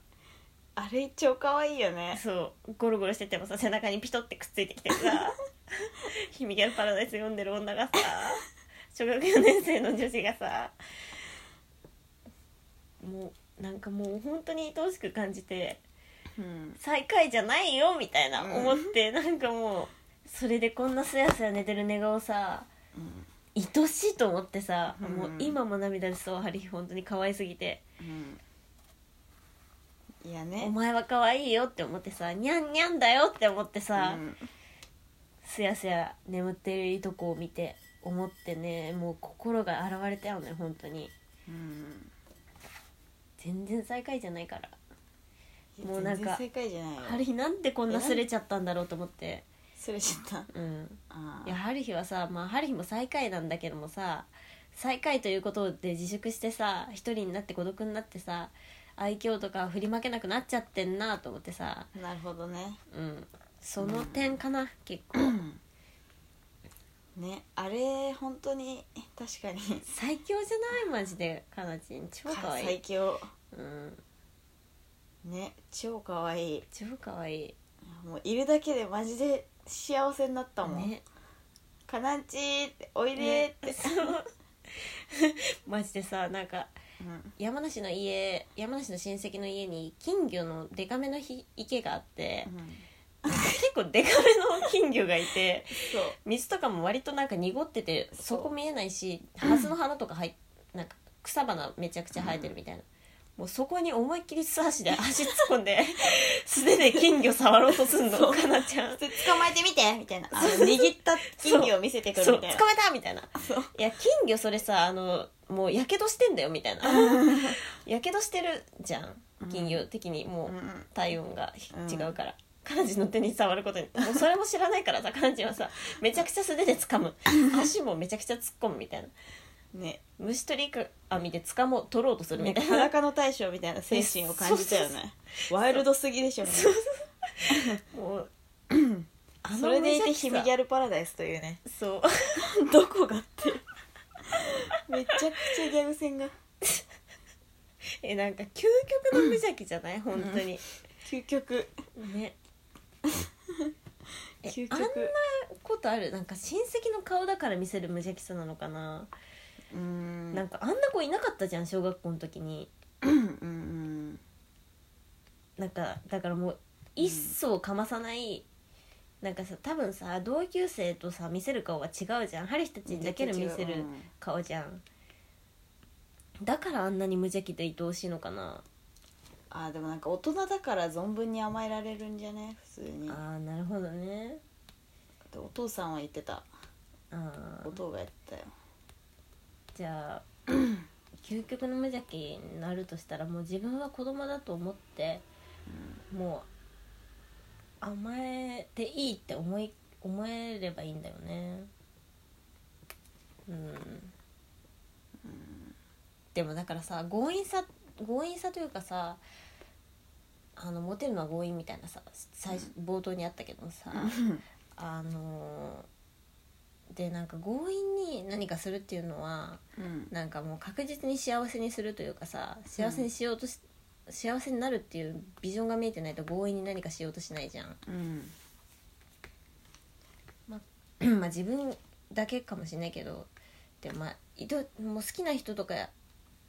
あれ超可愛いよね
そうゴロゴロしててもさ背中にピトってくっついてき てさ「ひみギャルパラダイス」読んでる女がさ小学4年生の女子がさもうなんかもう本当に愛おしく感じて
うん
「最下位じゃないよ」みたいな
うん
思って、なんかもうそれでこんなすやすや寝てる寝顔さ愛しいと思ってさ、
うん
もう今も涙出そうハリー本当に可愛すぎて
うんい
「
や
お
ね
前は可愛いよ」って思ってさ「にゃんにゃんだよ」って思ってさ、
うん
すやすや眠ってるいとこを見て思ってねもう心が洗われたよね本当に
うん
全然最下位じゃないからも
も
う
う
な
なんん
か
か正解じゃないよ
ハルヒなんでこんな
えなん
すれちゃったんだろうと思って
それちゃった
うん
あ
いやハルヒはさまあハルヒも最下位なんだけどもさ最下位ということで自粛してさ一人になって孤独になってさ愛嬌とか振りまけなくなっちゃってんなと思ってさ
あなるほどね
うんその点かな、結構
ねあれ本当に確かに
最強じゃないマジでかなちん超かわい
最
い、
強
うん、
ね超可愛い
超かわいい
もういるだけでマジで幸せになったもん、
ね
かなんちーっておいでーって、
マジでさなんか
うん
山梨の家山梨の親戚の家に金魚のデカめのひ池があって、
うん
結構デカめの金魚がいて
そう
水とかも割となんか濁ってて
そ
そうこ見えないしハスの花とか入っなんか草花めちゃくちゃ生えてるみたいな、もうそこに思いっきり素足で足突っ込んで素手で金魚触ろうとすんの
そう
かなちゃん
で捕まえてみてみたいなあの握った金魚を見せてくる
そう
み
捕
たい
ま
な
えたみたいな
そう
いや金魚それさあのもうやけどしてんだよみたいなやけどしてるじゃん金魚的にもう
うんうん
体温がひ
うん
違うから、彼女の手に触ることにもうそれも知らないからさ彼女はさめちゃくちゃ素手で掴 む足もめちゃくちゃ突っ込むみたいな
ね
虫取り網で掴もう取ろうとするみ
なん
た
か
いな
裸の大将みたいな精神を感じたよ
そうそう
ねワイルドすぎでしょみたい
もうあ
な
の
それでいて
無邪
ヒ
気さ
ミギャルパラダイスというね
そう
どこがってめちゃくちゃギャグ戦が
えなんか究極の無邪気じゃない本当に、
究極
ねえ
究
あんな
極
ことあるなんか親戚の顔だから見せる無邪気さなのかな、
うーん
なんかあんな子いなかったじゃん小学校の時に
うんうん
なんかだからもう一層かまさない、なんかさ多分さ同級生とさ見せる顔は違うじゃんハリヒたちにだけで見せる
うん
顔じゃん、だからあんなに無邪気で愛おしいのかな、
あーでもなんか大人だから存分に甘えられるんじゃね普通にだっ
ああなるほどね
てお父さんは言ってた
あ
お
ー
父が言ってたよ
じゃあ 究極の無邪気になるとしたらもう自分は子供だと思って、もう甘えていいって思い思えればいいんだよねうんでもだからさ強引さ強引さというかさあのモテるのは強引みたいなさ最初冒頭にあったけどさ、あのーでなんか強引に何かするっていうのは
うん
なんかもう確実に幸せにするというかさ幸せにしようとし、幸せになるっていうビジョンが見えてないと強引に何かしようとしないじゃん
うん
まあ自分だけかもしれないけどでもまあいどもう好きな人とか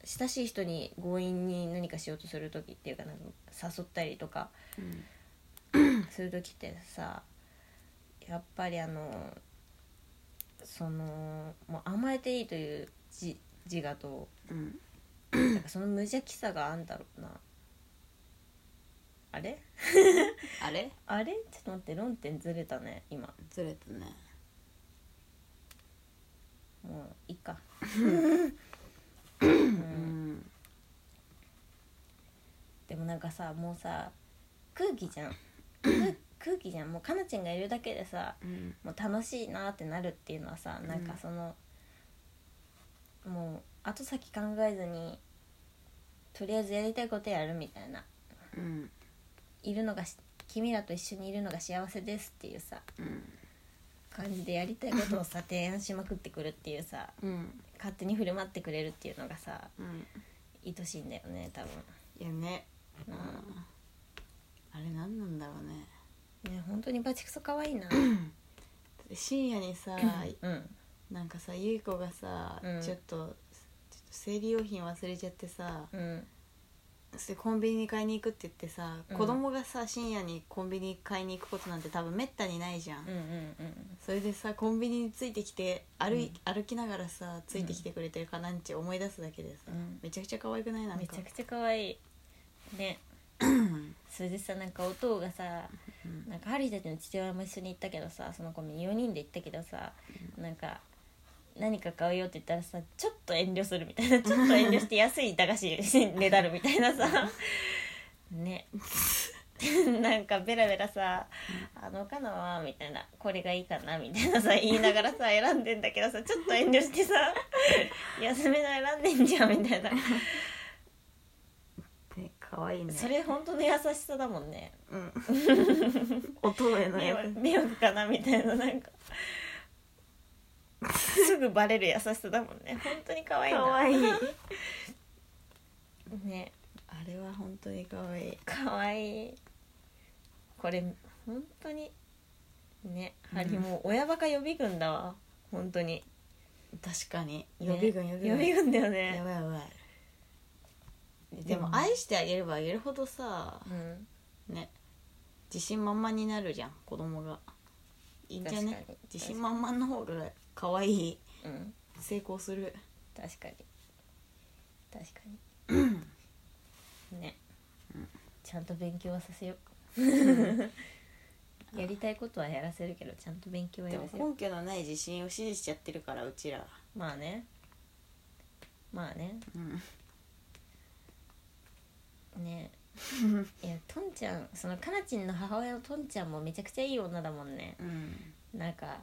親しい人に強引に何かしようとする時っていうかなんか誘ったりとか
うん
する時ってさやっぱりあのそのもう甘えていいという自自我と
うん
なんかその無邪気さがあんだろうなあれ
あれ
あれちょっと待って論点ずれたね今
ずれたね
もういいか
うん
でもなんかさもうさ空気じゃん空空気じゃんもうかなちゃんがいるだけでさ
うん
もう楽しいなってなるっていうのはさなんかその、もう後先考えずにとりあえずやりたいことやるみたいな
うん
いるのがし君らと一緒にいるのが幸せですっていうさ
うん
感じでやりたいことをさ提案しまくってくるっていうさ
うん
勝手に振る舞ってくれるっていうのがさ
うん
愛しいんだよね多分
いやね、うん、
ん
あれ何なんだろうね
ね本当にバチクソ可愛いな
深夜にさ
うん
なんかさゆい子がさ、
うん
ちょっとちょっと生理用品忘れちゃってさ
うん
そしてコンビニに買いに行くって言ってさ、
うん
子供がさ深夜にコンビニ買いに行くことなんて多分めったにないじゃ
う
ん、
んうん
それでさコンビニについてきて歩い、歩きながらさついてきてくれてるかなんち思い出すだけでさ、
うん
めちゃくちゃ可愛くないな
うんん
か
めちゃくちゃ可愛い ねそれでさなんかお父がさ
うん
なんかハリーたちの父親も一緒に行ったけどさその子も4人で行ったけどさなんか何か買うよって言ったらさちょっと遠慮するみたいなちょっと遠慮して安い駄菓子ねだるみたいなさね なんかベラベラさ「あのかなは」みたいな「これがいいかな」みたいなさ言いながらさ選んでんだけどさちょっと遠慮してさ「安めの選んでんじゃん」みたいな
ね可愛いね
それ本当の優しさだもんね
うん 乙女の
迷
や
惑迷惑かなみたいななんかすぐバレる優しさだもんね本当に可愛いな
可愛い
ね
あれは本当に可愛い
可愛いこれ本当にねハリもう親バカ予備軍だわ本当に、
確かに
ね
予備軍予備軍
予備軍だよ
や
ね
ばいやばいでも愛してあげればあげるほどさ
うん
ね自信満々になるじゃん子供がいいんじゃ
確
ね
かに
自信満々の方が可愛い
うん
成功する
確かに確か にね、ちゃんと勉強はさせよう やりたいことはやらせるけどちゃんと勉強は
で
や
も
らせよう
根拠のない自信を支持しちゃってるからうちら
まあねまあね
うん
ねいやとんちゃんそのかなちんの母親のとんちゃんもめちゃくちゃいい女だもんね
うん
なんか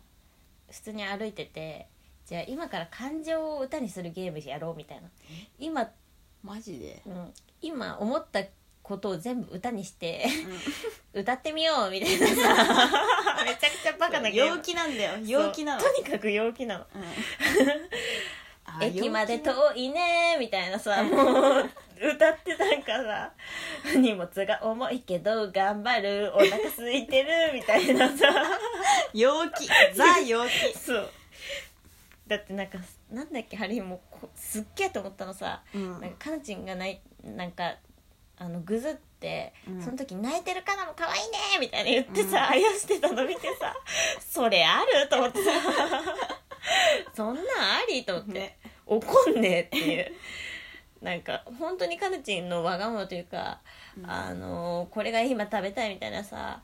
普通に歩いててじゃあ今から感情を歌にするゲームやろうみたいな今、
マジで
うん、今思ったことを全部歌にして、歌ってみようみたい なさめちゃくちゃバカなゲーム
陽気なんだよ
そう
陽気なの
とにかく陽気なの
うんあ
駅まで
陽気な
遠いねみたいなさもう歌ってなんかさ荷物が重いけど頑張るお腹空いてるみたいな さ
陽 気ザ陽気
そうだってなんかなんだっけハリーもこすっげえと思ったのさ、
うん
なんかかなちんがないなんかあのぐずって、
うん
その時泣いてるかなも可愛いねみたいな言ってさ、あやしてたの見てさそれあると思ってさそんなんありと思って、
ね
怒んねえっていうなんか本当にかなちんのわがままというか、あのこれが今食べたいみたいなさ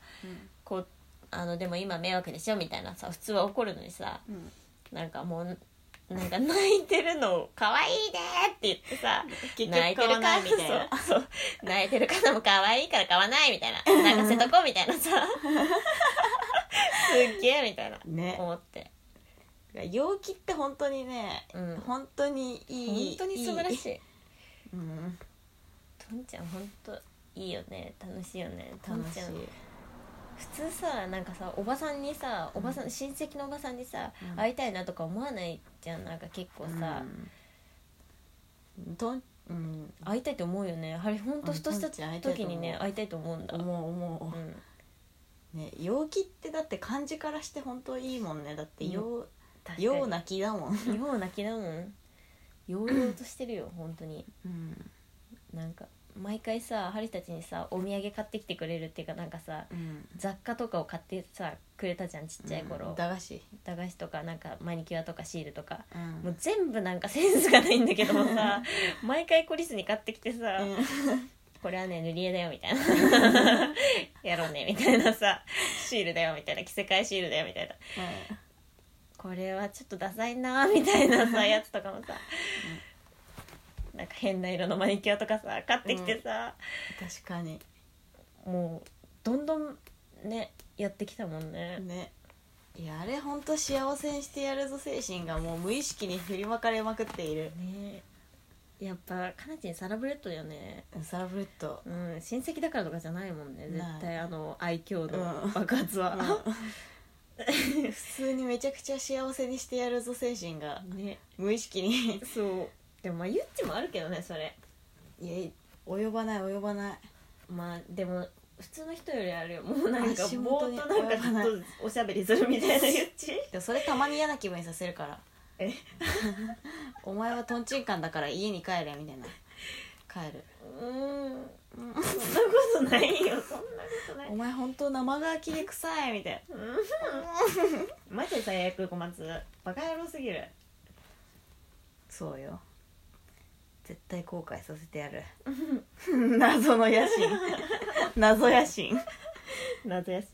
こうあのでも今迷惑でしょみたいなさ普通は怒るのにさ
うん
なんかもうなんか泣いてるのを可愛いねって言ってさ
結局買わないみたいな
そうそう泣いてる方も可愛いから買わないみたいな 泣かせとこうみたいなさすっげえみたいな
ね
思って
陽気って本当にね、
うん
本当にい
本当
い
に素晴らしい
うん、
とんちゃんほんといいよね楽しいよねとん
楽し
ち
い
ゃん普通さなんかさおばさんにさおばさん、親戚のおばさんにさ、
うん
会いたいなとか思わないじゃんなんか結構さ、
うんとんうん
会いたいと思うよねあれほんとふとし
うんとんちゃ
た
ん会いたいと
時
思う
にね会いたいと思うんだ
思う思
うん
う、ね陽気ってだって漢字からして本当いいもんねだって
うん
陽
確かに
陽な気だもん、
ような気だもんようようとしてる よ本当に
うん
なんか毎回さハリたちにさお土産買ってきてくれるっていうかなんかさ
うん、
雑貨とかを買ってさくれたじゃんちっちゃい頃、
駄菓子、
駄菓子とかなんかマニキュアとかシールとか
うん
もう全部なんかセンスがないんだけどもさ毎回コリスに買ってきてさ、これはね塗り絵だよみたいな やろうねみたいなさシールだよみたいな着せ替えシールだよみたいなこれはちょっとダサいなみたいなさやつとかもさ、なんか変な色のマニキュアとかさ買ってきてさ、
確かに
もうどんどんねやってきたもんね、
ねいやあれ本当幸せにしてやるぞ精神がもう無意識に振りまかれまくっている
ねやっぱかなちんサラブレッドよね
サラブレッド
うん、親戚だからとかじゃないもんね絶
ない
対あの愛嬌
う
の
ん
爆発は、
普通にめちゃくちゃ幸せにしてやるぞ精神が
ね
無意識に
そうでもまあゆっちもあるけどねそれ
いや及ばない及ばない
まあでも普通の人よりあるよもうなんか
足
ぼ
元
ー
に
っとなんか
及ばな
ず
い
っとおしゃべりするみたいなゆっち
でもそれたまに嫌な気分にさせるから
え
「 お前はとんちんかんだから家に帰れ」みたいな帰る
うーんそんなことないよそんなことな
「
い
お前本当生乾きで臭い」みたいな
マジで最悪小松バカ野郎すぎる
そうよ絶対後悔させてやる 謎の野心謎野心
謎やし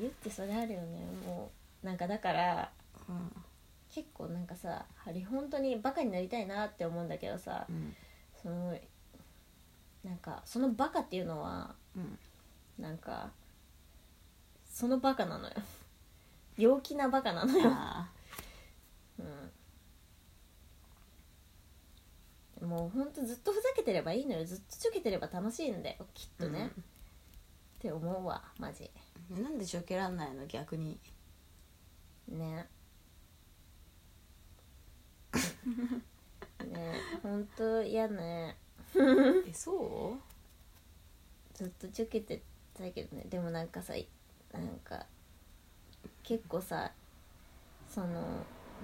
ゆってそれあるよねもうなんかだから
結構なんかさあれ本当にバカになりたいなって思うんだけどさ
うん
そのなんかそのバカっていうのは
うん
なんかそのバカなのよ陽気なバカなのよ、
あ
うん、もうほんとずっとふざけてればいいのよずっとちょけてれば楽しいんだよきっ
ー
とね、って思うわマジ
うんなんでちょけらんないの逆に
ねねほんと嫌ね
えそ
ずっとちょけてたけどねでもなんかさいなんか結構さその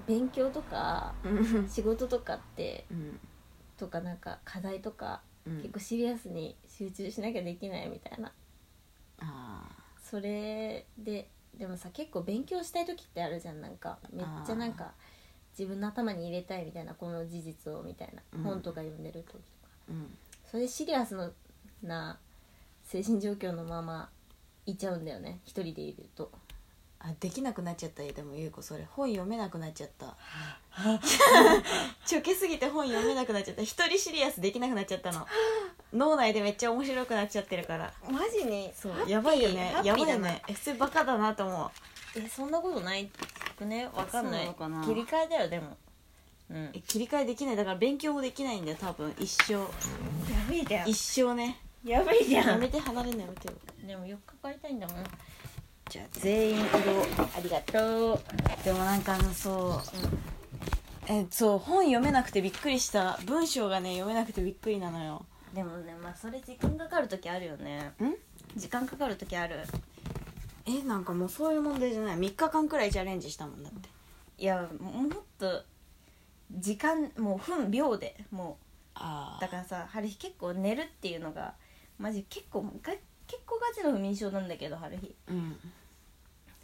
勉強とか
ううん
仕事とかって
うん
とかなんか課題とか、
うん
結構シリアスに集中しなきゃできないみたいな
ああ
それででもさ結構勉強したい時ってあるじゃんなんかめっちゃなんか自分の頭に入れたいみたいなこの事実をみたいな、
うん
本とか読んでる時とか
うん
それシリアスのな精神状況のままいちゃうんだよね一人でいると
あできなくなっちゃったよでもゆう子それ本読めなくなっちゃった ちょけすぎて本読めなくなっちゃった一人シリアスできなくなっちゃったの脳内でめっちゃ面白くなっちゃってるから
マジに
そうやばいよね
ハッピー
やばい
だ
よ
な
ねえそれバカだなと思う
えそんなことないくねわかんない
そうなのか
切
な
り替えだよでも
うん
え切り替えできないだから勉強もできないんだよ多分一生
やべえじゃん
一生ね
やべえじゃ
や
ん
めて離れるのやめてよ
でも4日帰りたいんだもん
じゃあ全員移動
ありがとう
でもなんかあのそう、えそう本読めなくてびっくりした文章がね読めなくてびっくりなのよ
でもねまあそれ時間かかる時あるよね
ん
時間かかる時ある
えなんかもうそういう問題じゃない3日間くらいチャレンジしたもんだって
いやもっと時間もう分秒でも
あ
う
だ
だからさ春日結構寝るっていうのがマジ結構が結構ガチの不眠症なんだけど春日
うん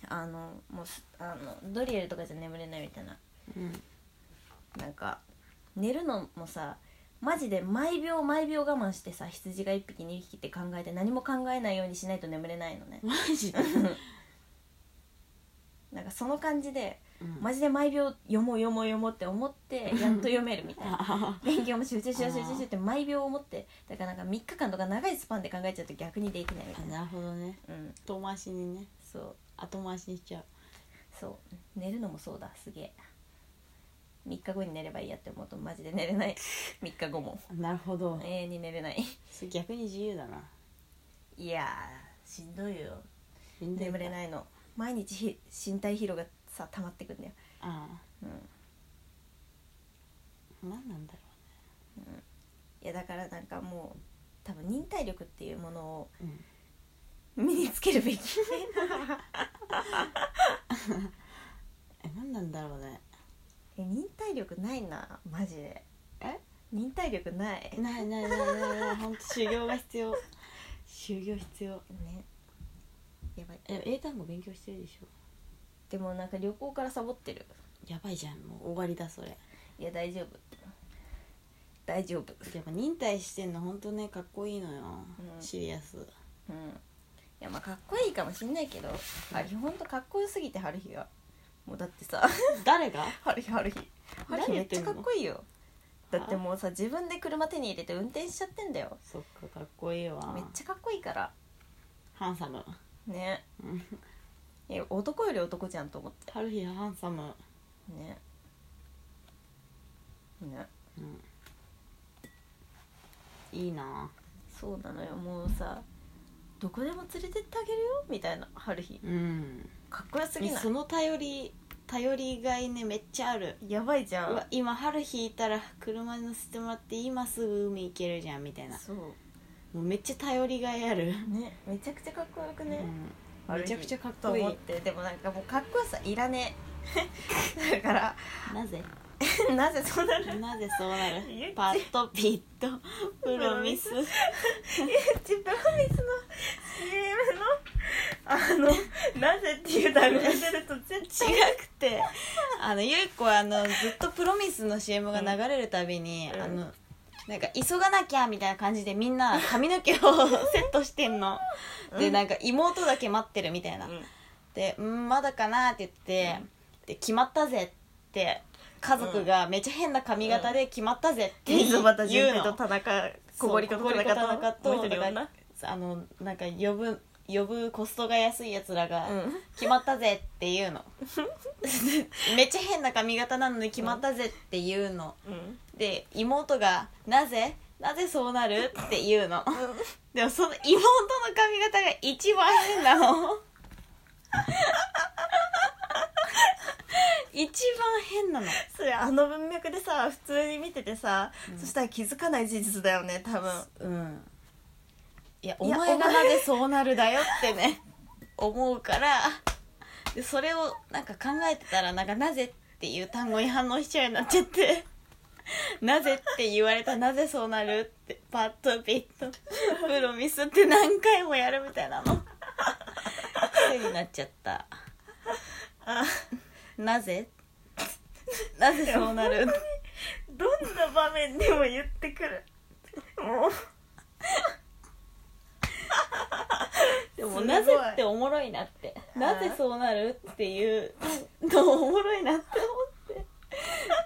あのもうすあのドリエルとかじゃ眠れないみたいな
うん
なんか寝るのもさマジで毎秒毎秒我慢してさ羊が1匹2匹って考えて何も考えないようにしないと眠れないのね
マジで、
なんかその感じで
うん
マジで毎秒読もう読もう読もうって思 ってやっと読めるみたいな
あ
勉強も集中しよう集中しようって毎秒思ってだからなんか3日間とか長いスパンで考えちゃうと逆にできないみたい
ー
な
なるほどね
うん
遠回しにね
そう
後回しにしちゃう
そう寝るのもそうだすげえ3日後に寝ればいいやって思うとマジで寝れない 3日後も
なるほど
永遠に寝れない
それ逆に自由だない
やーしんどいよ眠れ
い
ないの毎日ひ身体疲労がさ溜まってくんだよ
あ
うん
あ何なんだろ
いやだからなんかもう多分忍耐力っていうものを
う、うん、
身につけるべき
え何なんだろうね
え忍耐力ないなマジで
え
忍耐力ない
ないないないないない本当修行が必要 修行必要
ねやばい
え英単語勉強してるでしょ
でもなんか旅行からサボってる
やばいじゃんもう終わりだそれ
いや大丈夫大丈夫
やっぱ忍耐してんのほんとねかっこいいのよ、
うん
シリアス
うんいやまあかっこいいかもしんないけどあれほんとかっこよすぎて春日がもうだって さ
誰が
春日春日春日
何
め
言
っ
っ
ち
て
ゃ
ん
か
の
っこいいよだってもうさ自分で車手に入れて運転しちゃってんだよ
そっかかっこいいわ
めっちゃかっこいいから
ハンサム
ね
うん
いや男より男じゃんと思って
ハルヒハンサム
ねね
うんいいな
そうなのよもうさどこでも連れてってあげるよみたいな春日
うん
かっこよすぎない
その頼り頼りがいねめっちゃある
やばいじゃ
うんわ今春日いたら車に乗せてもらって今すぐ海行けるじゃんみたいな
そう
もうめっちゃ頼りがいある、
ねめちゃくちゃかっこよくね、
うん、めちゃくちゃかっこい
と思
い
ってでもなんかもうかっこよさいらねえだから
なぜ
なぜそうなる
なぜそうなる
ゆっち
パッとピッとプロミス
チプロミスの CM のあの「なぜ」っていう単語が出ると全
違く てあのゆう子はあのずっとプロミスの CM が流れるたびに、
うん
あのなんか急がなきゃみたいな感じでみんな髪の毛をセットしてんの、でなんか妹だけ待ってるみたいな、
うん
で「うんまだかな」って言って、って決まったぜって家族がめっちゃ変な髪型で決まったぜって言
水
う
端淳平と
の
田中
そう
小堀と
小堀
田中
と
ともう一
田
人
中
女
とあのなんか呼ぶ呼ぶコストが安いやつらが
うん
決まったぜって言 うのめっちゃ変な髪型なのに決まったぜって言うの
うん
で妹が「なぜなぜそうなる?」って言うのでもその妹の髪型が一番変 なの一番変なの
それあの文脈でさ普通に見ててさ、そしたら気づかない事実だよね多分
うんいや
い
お
や
前
お
が
前
なぜそうなるだよってね 思うからでそれをなんか考えてたらなんか「なぜ」っていう単語に反応しちゃうようになっちゃって 「なぜ」って言われたら「なぜそうなる?」ってパッとピッとプロミスって何回もやるみたいなの癖になっちゃった
あ
「なぜ?」 なぜそうなる
どんな場面でも言ってくるもう
で
ご
も
い
なぜっておもろいなってなぜそうなるっていうの おもろいなって思って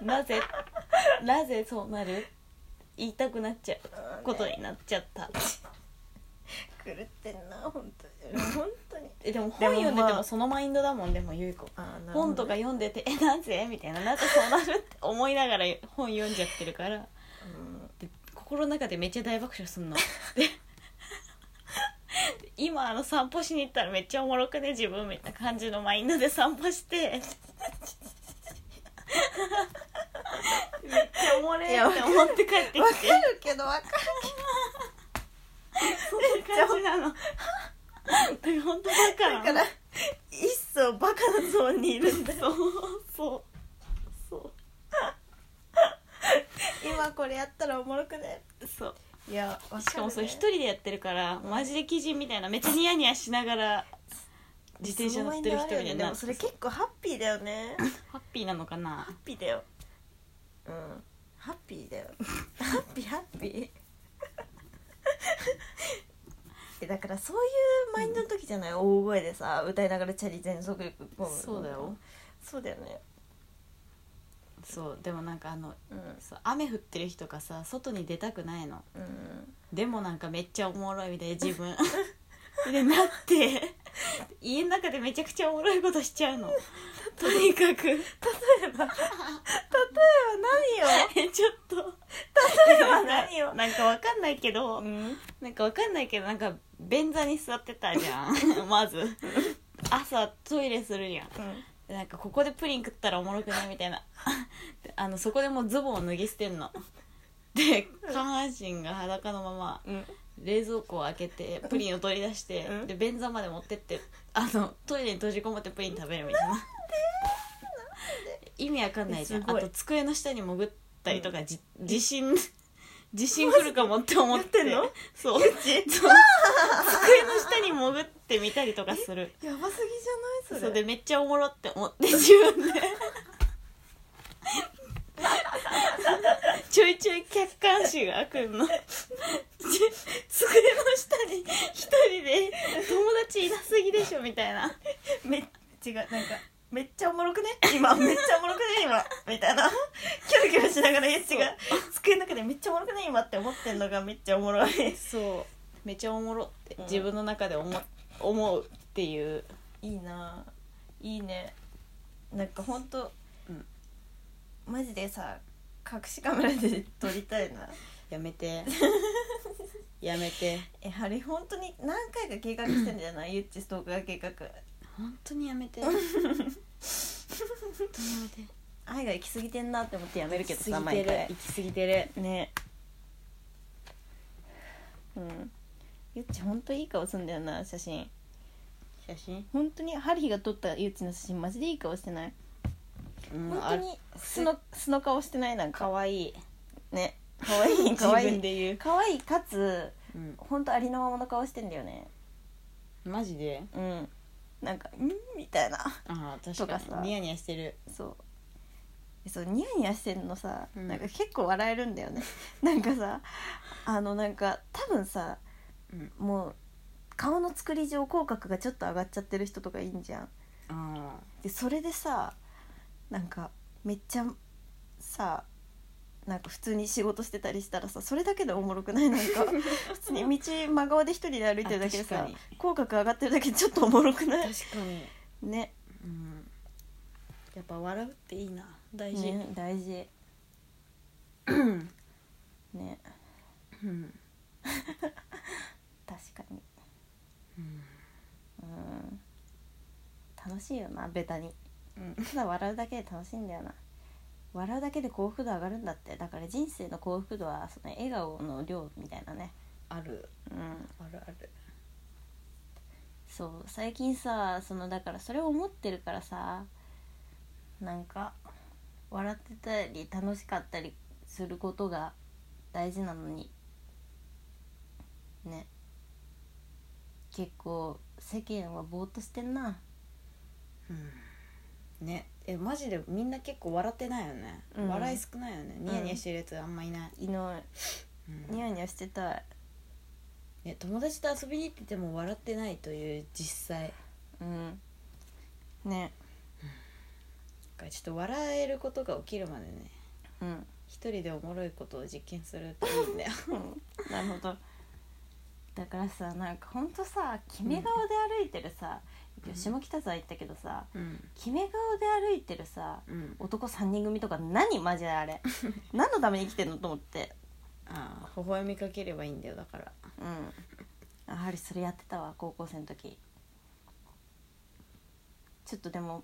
なぜなぜそうなる言いたくなっちゃうことになっちゃった
狂ってんな本当に本当に
えでも本読んで
で
て
もま
も
あ
そのマインドだもんでもゆいこ
あーなるほど
本とか読んでて「えなぜ?」みたいな「なぜそうなる?」って思いながら本読んじゃってるから
うん
で心の中でめっちゃ大爆笑すんの。で今あの散歩しに行ったらめっちゃおもろくね自分みたいな感じのマインドで散歩してめっちゃおもれーって思って帰って
わ
きて
かるけどわかる
そんな感じなのだから本当だか
だ
ら
から一層バカなゾーンにいるんだ
そうそうそ
今これやったらおもろくね
うそう
いやわかる、ね、
しかもそれ一人でやってるからマジで基人みたいなめっちゃニヤニヤしながら自転車乗ってる人みた
そ
い
のマインドあよね
に
で
な
もそれ結構ハッピーだよねハ
ハッピーなのかな
ッピーだようんハッピーだよハッピーハッピーえだからそういうマインドの時じゃない、大声でさ歌いながらチャリ全速力こ
そうだよ
そうだよね
そうでもなんかあの
うん
そう雨降ってる日とかさ外に出たくないの
うん
でもなんかめっちゃおもろいみたい自 分でなって家の中でめちゃくちゃおもろいことしちゃうのとにかく
例えば例えば
えちょっと
例えば何よ
なんかわかんないけど、
何よ、
なんかわかんないけどなんか便座に座ってたじゃ んまず朝トイレするやん
うん
でなんかここでプリン食ったらおもろくないみたいな であのそこでもうズボンを脱ぎ捨てんので下半身が裸のまま
うん
冷蔵庫を開けてプリンを取り出して
うん
で便座まで持ってってあのトイレに閉じこもってプリン食べるみたいな意味わかんないじゃん
す
あ
ごい
と机の下に潜ったりとか、じ地震地震来るかもって思って
やってんの
そうそう机の下に潜ってみたりとかする
やばすぎじゃないそれ
そうでめっちゃおもろって思って自分でちょいちょい客観視が来るのち机の下に一人で友達いなすぎでしょみたいな
め違うなんかめっちゃおもろくね今めっちゃおもろくね今みたいなキョロキョロしながらいや違う机の中でめっちゃおもろくね今って思ってんのがめっちゃおもろい
そうめっちゃおもろって
うん
自分の中で思,、思うっていう
いいなあいいねなんかほんと、
うん
マジでさ隠しカメラで撮りたいな
やめてやめて
えあれ本当に何回か計画してんじゃないゆっちストーカー計画
本当にやめて本当にやめて
愛が行き過ぎてんなって思ってやめるけどさ
行き過
毎
ぎてる
回
行き過ぎてる
ねうんゆっちほんといい顔すんだよな写真
写真
本当にハリーが撮ったゆっちの写真マジでいい顔してない
うん
本当に素の素の顔してないなんか
可愛い
ね可愛い可愛
自分
い
で言う、
可愛いかつ本当ありのままの顔してんだよね
マジで
うんなんか「ん?」みたいな
ああ
と
確
か
か
さ
にニヤニヤしてる
そうえそうニヤニヤしてんのさ、
うん
なんか結構笑えるんだよね なんかさあのなんか多分さ、
うん
もう顔の作り上口角がちょっと上がっちゃってる人とかいいんじゃん
あ
でそれでさなんかめっちゃさなんか普通に仕事してたりしたらさそれだけでおもろくないなん か 普通に道真顔で一人で歩いてるだけで
あ
さ
確か
口角上がってるだけでちょっとおもろくない
確かに、
ね
うん、やっぱ笑うっていいな大事、
ね大事 ね
うん
確かにうん楽しいよなベタに
うん
ただ笑うだけで楽しいんだよな笑うだけで幸福度上がるんだってだから人生の幸福度はその笑顔の量みたいなね
ある
うん
あるある
そう最近さそのだからそれを思ってるからさなんか笑ってたり楽しかったりすることが大事なのにね結構世間はぼーっとしてんな
ねえマジでみんな結構笑ってないよね、
うん
笑い少ないよねニヤニヤしてるやつあんまいない、
いない
うん
ニヤニヤしてたい
ね、友達と遊びに行ってても笑ってないという実際
うんね
がちょっと笑えることが起きるまでね
うん
一人でおもろいことを実験するといい んだよ
なるほどだからさなんかほんとさ決め顔で歩いてるさ、吉本北沢行ったけどさ
うん
決め顔で歩いてるさ
うん
男3人組とか何マジであれ何のために生きてんのと思って
ああ微笑みかければいいんだよだから
うんやはりそれやってたわ高校生の時ちょっとでも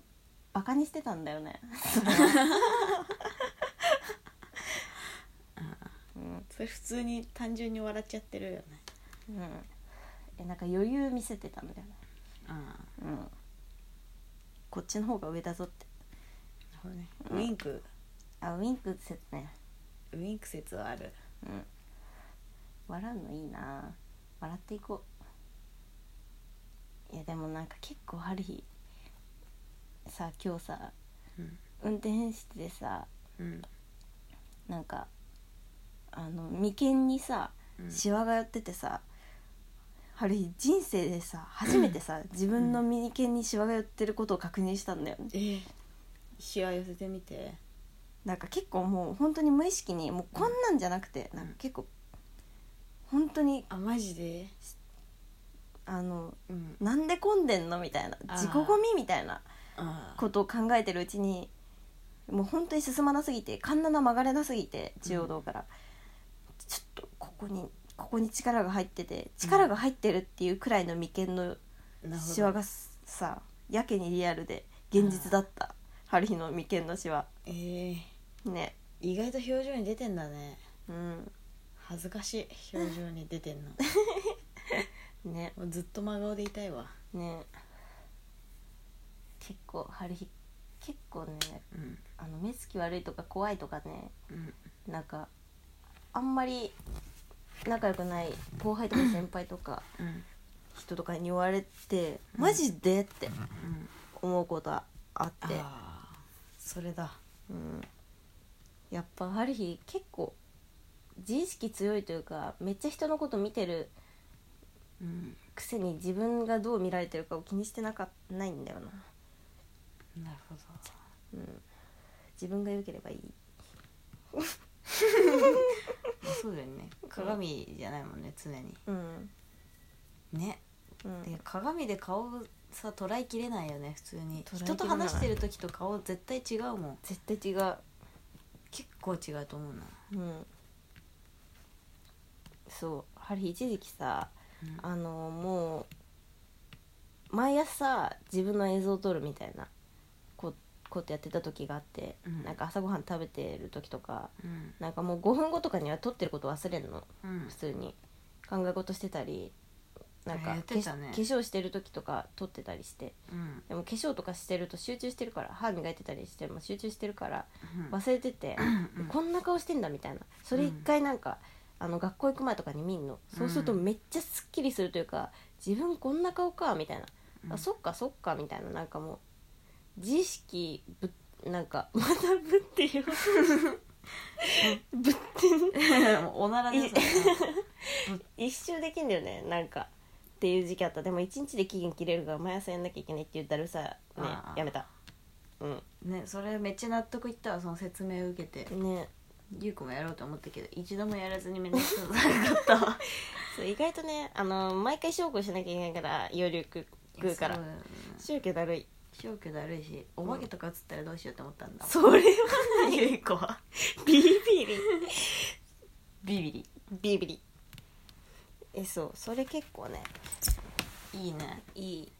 バカにしてたんだよねうん
それ普通に単純に笑っちゃってるよね
うんえなんか余裕見せてたんだよね
ああ
うんこっちの方が上だぞって
なるほどねウインク、
あウィンク説ね
ウインク説はある
うん笑うのいいな笑っていこういやでもなんか結構ある日さ今日さ、
うん
運転しててさ
うん
なんかあの眉間にさ
うん
シワが寄っててさ、ある日人生でさ初めてさ、自分の眉間にシワが寄ってることを確認したんだよね
ええシワ寄せてみて
なんか結構もう本当に無意識にもうこんなんじゃなくて、なんか結構本当に
あマジで
あの
うん
なんで混んでんのみたいな
あー
自己ゴミみたいな
ああ
ことを考えてるうちにもう本当に進まなすぎてカンナナ曲がれなすぎて中央道から、ちょっとここにここに力が入ってて力が入ってるっていうくらいの眉間の
なるほど
シワがさやけにリアルで現実だった春日の眉間のシワ
ええ
ね
意外と表情に出てんだね
うん
恥ずかしい表情に出 てんの
ね
もうずっと真顔でいたいわ
ね結構春日結構ね
うん
あの目つき悪いとか怖いとかね
うん
なんかあんまり仲良くない後輩とか先輩とか
うん
人とかに言われてマジでって
うん
思うことはあって、
ああそれだ
うん、やっぱある日結構自意識強いというかめっちゃ人のこと見てる
うん
くせに自分がどう見られてるかを気にしてなかないんだよな、
なるほど
うん、自分が良ければいい
まあそうだよね鏡じゃないもんね常に
うん
ね
うん
で鏡で顔をさ捉えきれないよね普通に
捉えきれない
人と話してる時と顔絶対違うもん
絶対違う
結構違うと思うな
うんそうハリー一時期さ、
うん
あのもう毎朝自分の映像を撮るみたいなこことやってた時があって、
うん
なんか朝ごはん食べてる時とか
うん
なんかもう5分後とかには撮ってること忘れんの
うん
普通に考え事してたりなん
あ
か、
やってたね
化粧してる時とか撮ってたりして
うん
でも化粧とかしてると集中してるから歯磨いてたりしても集中してるから
うん
忘れてて。
うん
こんな顔してんだみたいなそれ一回なんか、あの学校行く前とかに見んのそうすると
うん
めっちゃすっきりするというか自分こんな顔かみたいな、
うん
あそっかそっかみたいななんかもう自意識ぶなんか またぶってよぶってん
もう おならですよね
一周できんだよねなんかっていう時期あったでも一日で期限切れるから毎朝やんなきゃいけないっていうだるさね
あー
やめた
ねそれめっちゃ納得いったわその説明を受けて
うんね
優子もやろうと思ったけど一度もやらずにめんどくさかったわ
そう意外とねあの毎回勝負しなきゃいけないから要領食うから
そうだよね
宗教だるい
消去だるいしお化けとか映ったらどうしようと思ったんだ、
それはないゆいこはビビリ
ビビリ
ビビリえそうそれ結構ね
いいね
いい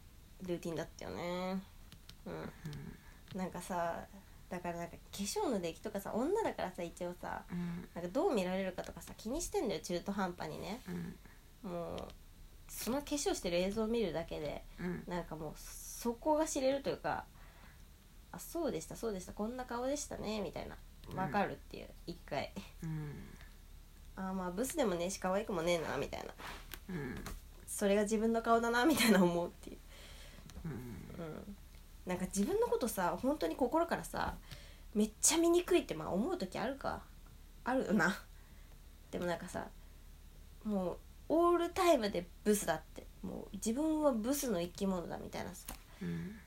ルーティンだったよねうん、なんかさだからなんか化粧の出来とかさ女だからさ一応さ
うん
なんかどう見られるかとかさ気にしてんだよ中途半端にね
うん
もうその化粧してる映像を見るだけで
うん
なんかもうそこが知れるというかあそうでしたそうでしたこんな顔でしたねみたいなわかるっていう一回
うん
あーまあブスでもねえし可愛くもねえなみたいな
うん
それが自分の顔だなみたいな思うっていう
うん
うんなんか自分のことさ本当に心からさめっちゃ醜いってまあ思う時あるかあるよなでもなんかさもうオールタイムでブスだってもう自分はブスの生き物だみたいなさ
うん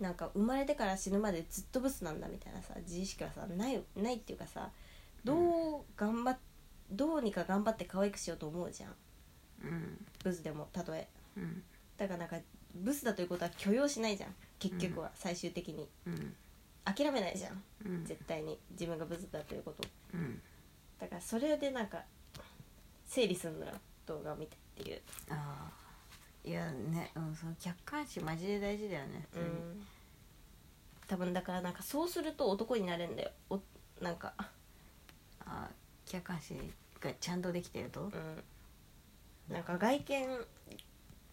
なんか生まれてから死ぬまでずっとブスなんだみたいなさ自意識はさないないっていうかさどう頑張っどうにか頑張って可愛くしようと思うじゃん
うん
ブスでもたとえ
うん
だからなんかブスだということは許容しないじゃん結局は最終的に
うん
諦めないじゃん
うん
絶対に自分がブスだということを
うん
だからそれでなんか整理するのよ動画を見てっていう、
ああいやね、うん、その客観視マジで大事だよね普通に
多分だからなんかそうすると男になれるんだよおなんか
あー客観視がちゃんとできてると
うん、なんか外見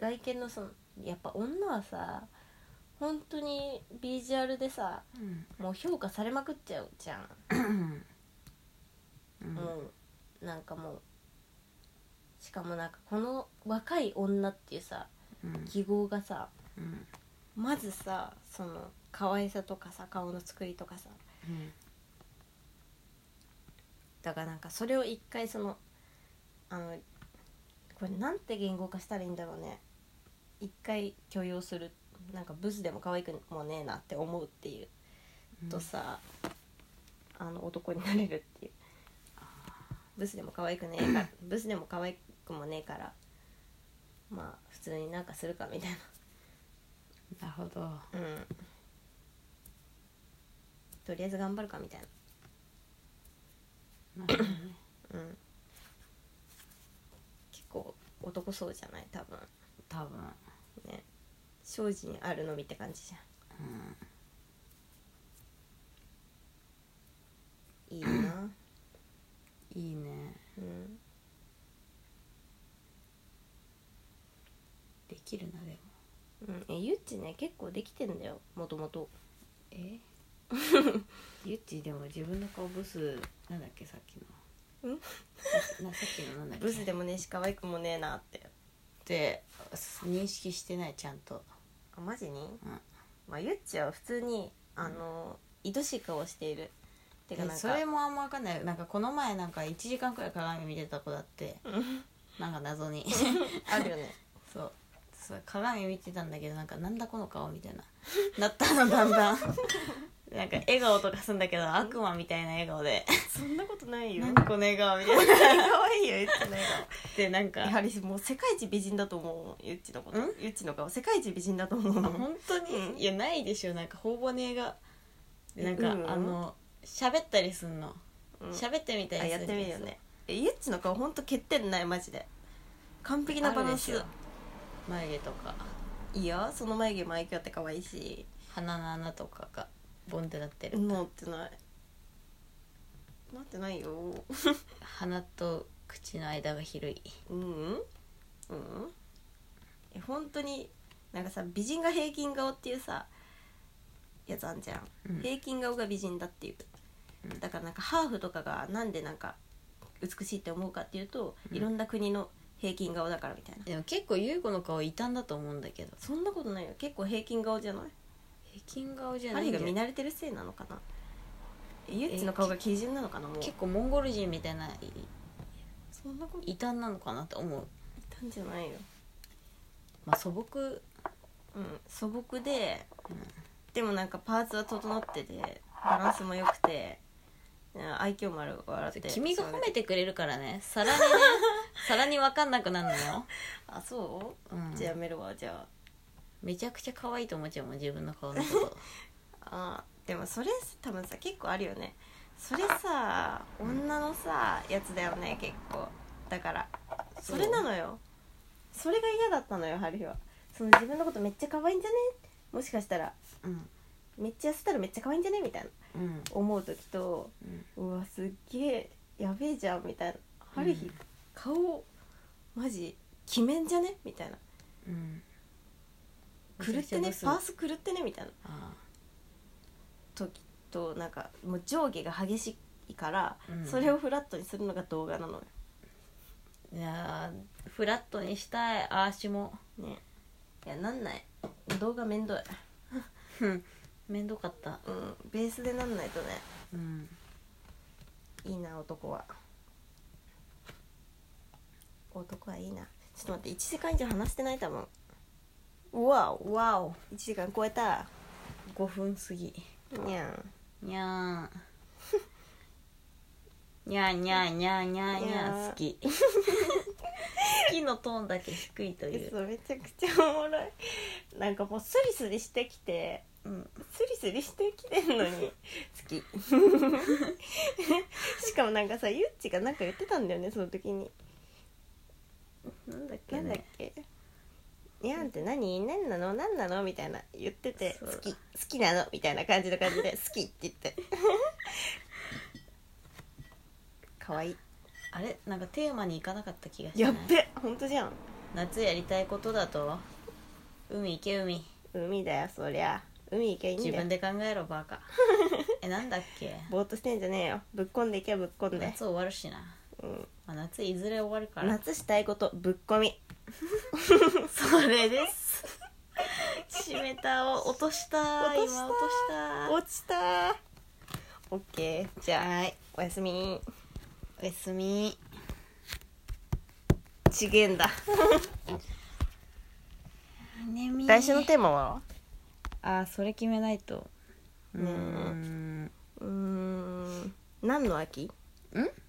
外見のそのやっぱ女はさ本当にビジュアルでさ
うん
もう評価されまくっちゃうじゃん、
うん
もうなんかもうしかもなんかこの若い女っていうさ
うん
記号がさ
うん
まずさその可愛さとかさ顔の作りとかさ
うん
だからなんかそれを一回そのあのこれなんて言語化したらいいんだろうね一回許容するなんかブスでも可愛くもねえなって思うっていうとさ、あの男になれるっていうブスでも可愛くねえからブスでも可愛くもねえからまあ普通になんかするかみたい
なるほど
なうんとりあえず頑張るかみたいな
なるほどね
うん結構男そうじゃない多分
多分
ね精進あるのみって感じじゃんいいな
いいね
うん
できるなでも
うん、えゆっちね結構できてんだよもともと
えゆっちでも自分の顔ブスなんだっけさっきの
ん
なさっきのなんだっけ
ブスでもねえし可愛くもねえなって
って認識してないちゃんと
あマジに、
うん
まあ、ゆっちは普通にあの、愛しい顔をしているてかなん
え
か
それもあんま分かんないなんかこの前なんか1時間くらい鏡見てた子 だってなんか謎に
あるよね
そうそう鏡見てたんだけどなんかなんだこの顔みたいななったのだん だんなんか笑顔とかすんだけど悪魔みたいな笑顔で
そんなことない
何この笑顔みたいな
可愛いよゆっちの笑
でなん
顔や
か
はりもう世界一美人だと思うゆっちのこと
ん
ゆっちの顔世界一美人だと思う
あ本当に、
うん
いやないでしょなんかほぼねがでなんか、
うん
あの喋ったりすんの
うん
喋ってみたり
あや
する
ってみるよねえゆっちの顔ほんと欠点ないマジで完璧な
な
バ
バ
ラ
ラ
ン
ン
ス
ス眉毛とか
いいよその眉毛も愛嬌あって可愛いし
鼻の穴とかがボンってなってる
なってないなってないよ
鼻と口の間が広い
うんうんうんえ本当になんかさ美人が平均顔っていうさやつあんじゃん、
うん
平均顔が美人だっていう、
ん
だからなんかハーフとかがなんでなんか美しいって思うかっていうと、
うん
いろんな国の平均顔だからみたいな
でも結構優子の顔異端だと思うんだけど
そんなことないよ結構平均顔じゃない
平均顔じゃな
ハリ
い
ー
んだ
が
よ
見慣れてるせいなのかなえゆっちの顔が基準なのかなもう
結構モンゴル人みたいない
そんなこと言
異端なのかなと思う、
ったんじゃないよ、
まあ、素朴
うん、素朴で、
うん
でもなんかパーツは整っててバランスも良くてうん愛嬌もある笑って
君が褒めてくれるから ねさらにねさらに分かんなくなるのよ、
あそうう、
ん、
じゃあやめるわじゃあ
めちゃくちゃ可愛いと思っちゃうもん自分の顔のこと
あでもそれ多分さ結構あるよねそれさ女のさやつだよね結構だから
そ
そうれなのよそれが嫌だったのよ春日はその自分のことめっちゃ可愛いんじゃねもしかしたら
うん
めっちゃ痩せたらめっちゃ可愛いんじゃねみたいな
うん
思う時と
う
う
ん
わすっげえやべえじゃんみたいな春日、
うん
顔マジ鬼面じゃねみたいな
うん
狂ってね
めちゃくちゃ
パー
ブ
ス狂ってねみたいな
あ
時となんかもう上下が激しいから、
うん
それをフラットにするのが動画なのよ
ーいやーフラットにしたいあーしも
ねいやなんない動画めんどい、
うんめんどかった
うん、ベースでなんないとね
うん
いいな男は男はいいなちょっと待って1時間以上話してない多分うわお
わお
1時間超えた
5分過ぎ
にゃん
にゃーんにゃーにゃーにゃーにゃーにゃー好き好きのトーンだけ低いという、
そうめちゃくちゃおもろいなんかもうスリスリしてきて
うん、
スリスリしてきてんの に好き しかもなんかさゆっちがなんか言ってたんだよねその時に
なんだっけ
なんだっ
ね
けにゃんって何何なの何なのみたいな言ってて
そ
好
う
き好きなのみたいな感じの感じ で好きって言ってかわいい
あれなんかテーマに行かなかった気がしな
や
い
っべ本当じゃん
夏やりたいことだと海行け海
海だよそりゃ海行けばいいんだ
自
よ
分で考えろバカえなんだっけ
ぼーっとしてんじゃねえよぶっこんでいけばぶっこんで、
夏終わるしな、
うん、
まあ、夏いずれ終わるから
夏したいことぶっこみ
それです 締めたを落とした
落とした
今落とした
落ちたーオッケーじゃあ
はい
おやすみ
おやすみ
ちげんだ
眠い
来週のテーマは
あーそれ決めないと
ねえ
うーん
うーん何の秋
ん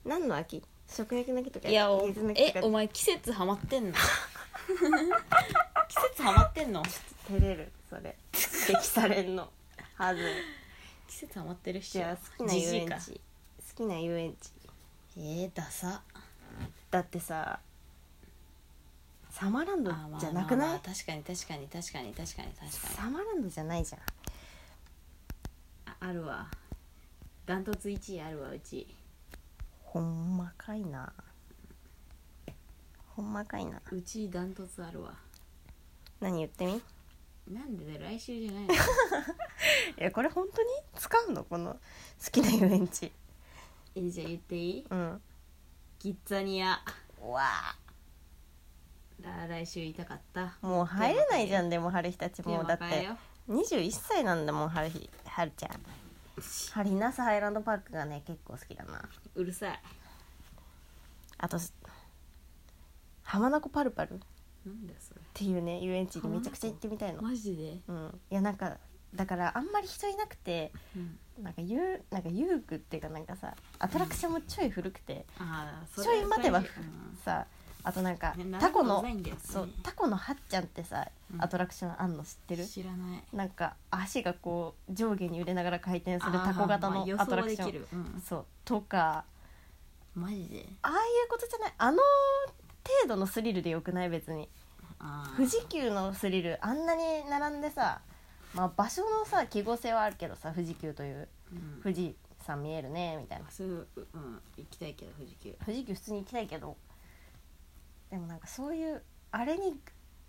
何の秋食欲の秋とか
いやお
水の秋
え
と
お
か
前季節ハマってんの季節ハマってんの
照れるそれ指摘されんのは ずい
季節ハマってるっし
じ
ょ
ゃあ好きな遊
じじい
園
か
地好きな遊園地
えー、ダサ
だってさサマーランド
あーまあ
じゃなくない、
まあまあ確かに確かに確かに確かに確かに
サマーランドじゃないじゃん
ああるわダントツ1位あるわうち
ほんまかいなほんまかいな
うちダントツあるわ
何言ってみい
なんでだよ来週じゃ ないの
やこれ本当に使うのこの好きな遊園地
えじゃあ言っていい
うん
キッザニア
うわあ
あー来週痛かった
もう入れないじゃんでも春日たち
テ
も
ー
うだ
マ
っ
変え
て
よう
21歳なんだもん春日春ちゃん春日那須ハイランドパークがね結構好きだな
うるさい
あと浜名湖パルパルっ
なんだよそれ
ていうね遊園地にめちゃくちゃ行ってみたいの
マジで、
うんいやなんかだからあんまり人いなくて
うん、
なんかゆうなんか遊具っていうかなんかさアトラクションもちょい古くて、
ああ
ちょい待てば
うん
さあとなんか
ね
タコ
な
の
んかうざいんだよね
そうタコのはっちゃんってさ
うん
アトラクションあんの知ってる、
知らない
なんか足がこう上下に揺れながら回転する
あー
タコ型
ま
の
あ予想
アトラクション、
はできるうん
そうとか
マジで
ああいうことじゃないあの程度のスリルでよくない別に
あ
富士急のスリルあんなに並んでさ、まあ、場所のさ記号性はあるけどさ富士急という
うん、
富士山見えるねみたいな
あそういううん行きたいけど富士急
富士急普通に行きたいけどでもなんかそういうあれに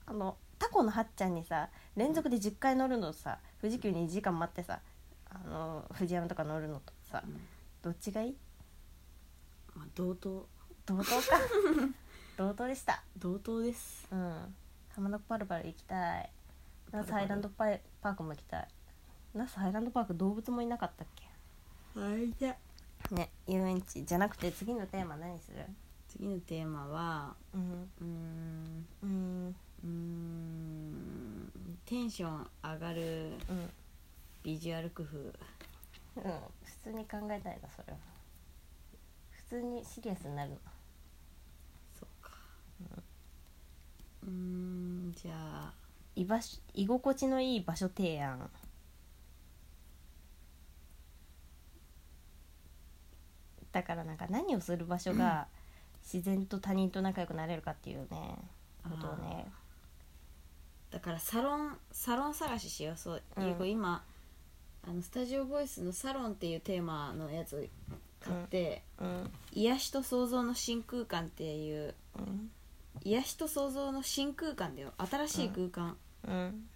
あのタコのはっちゃんにさ連続で10回乗るのとさ富士急に1時間待ってさあの富士山とか乗るのとさ
うん
どっちがいい
まあ同等
同 等か同等でした
同等です
うん浜名湖パルパル行きたい那須ハイランドパイパークも行きたい那須ハイランドパーク動物もいなかったっ
はいじゃ
けね遊園地じゃなくて次のテーマ何する
次のテーマは
うん
うーん
うん
うーんテンション上がる
うんビジュアル工夫
うん普通に考えたいなそれは普通にシリアスになるの
そうかうんじゃあ
居場所居心地のいい場所提案だからなんか何をする場所が自然と他人と仲良くなれるかっていうねことをね
だからサロンサロン探ししようそう、
うん
ゆうこ今あのスタジオボイスの「サロン」っていうテーマのやつ買って
うん
「癒しと創造の新空間」っていう
うん
癒しと創造の新空間だよ新しい空間
うん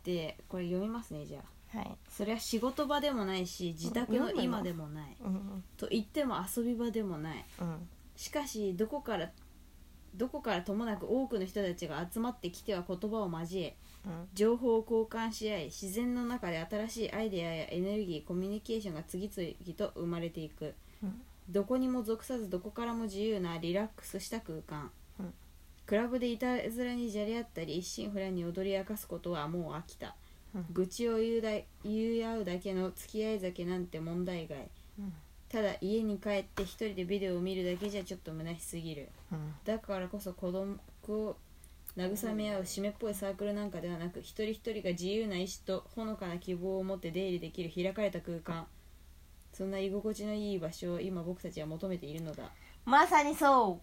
って、これ読みますねじゃあ
はい
それは仕事場でもないし自宅
う
の
ん読むの
今でもない
うん
と言っても遊び場でもない
うん
しかしどこからどこからともなく多くの人たちが集まってきては言葉を交え
うん
情報を交換し合い自然の中で新しいアイデアやエネルギーコミュニケーションが次々と生まれていく、
うん
どこにも属さずどこからも自由なリラックスした空間、
うん
クラブでいたずらにじゃれ合ったり一心不乱に踊り明かすことはもう飽きた、
うん
愚痴を言うだ言い合うだけの付き合い酒なんて問題外
うん
ただ家に帰って一人でビデオを見るだけじゃちょっと虚しすぎる
うん
だからこそ孤独を慰め合う締めっぽいサークルなんかではなく一人一人が自由な意志とほのかな希望を持って出入りできる開かれた空間そんな居心地のいい場所を今僕たちは求めているのだ
まさにそ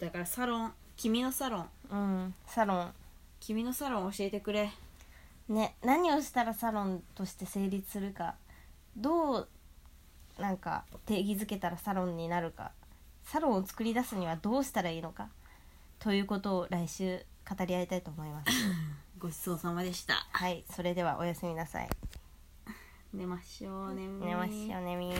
だからサロン君のサロン
ううんサロン
君のサロン教えてくれ
ね何をしたらサロンとして成立するかどうなんか定義づけたらサロンになるかサロンを作り出すにはどうしたらいいのかということを来週語り合いたいと思います
ごちそうさまでした
はいそれではおやすみなさい
寝ましょう眠い
寝ましょうねみー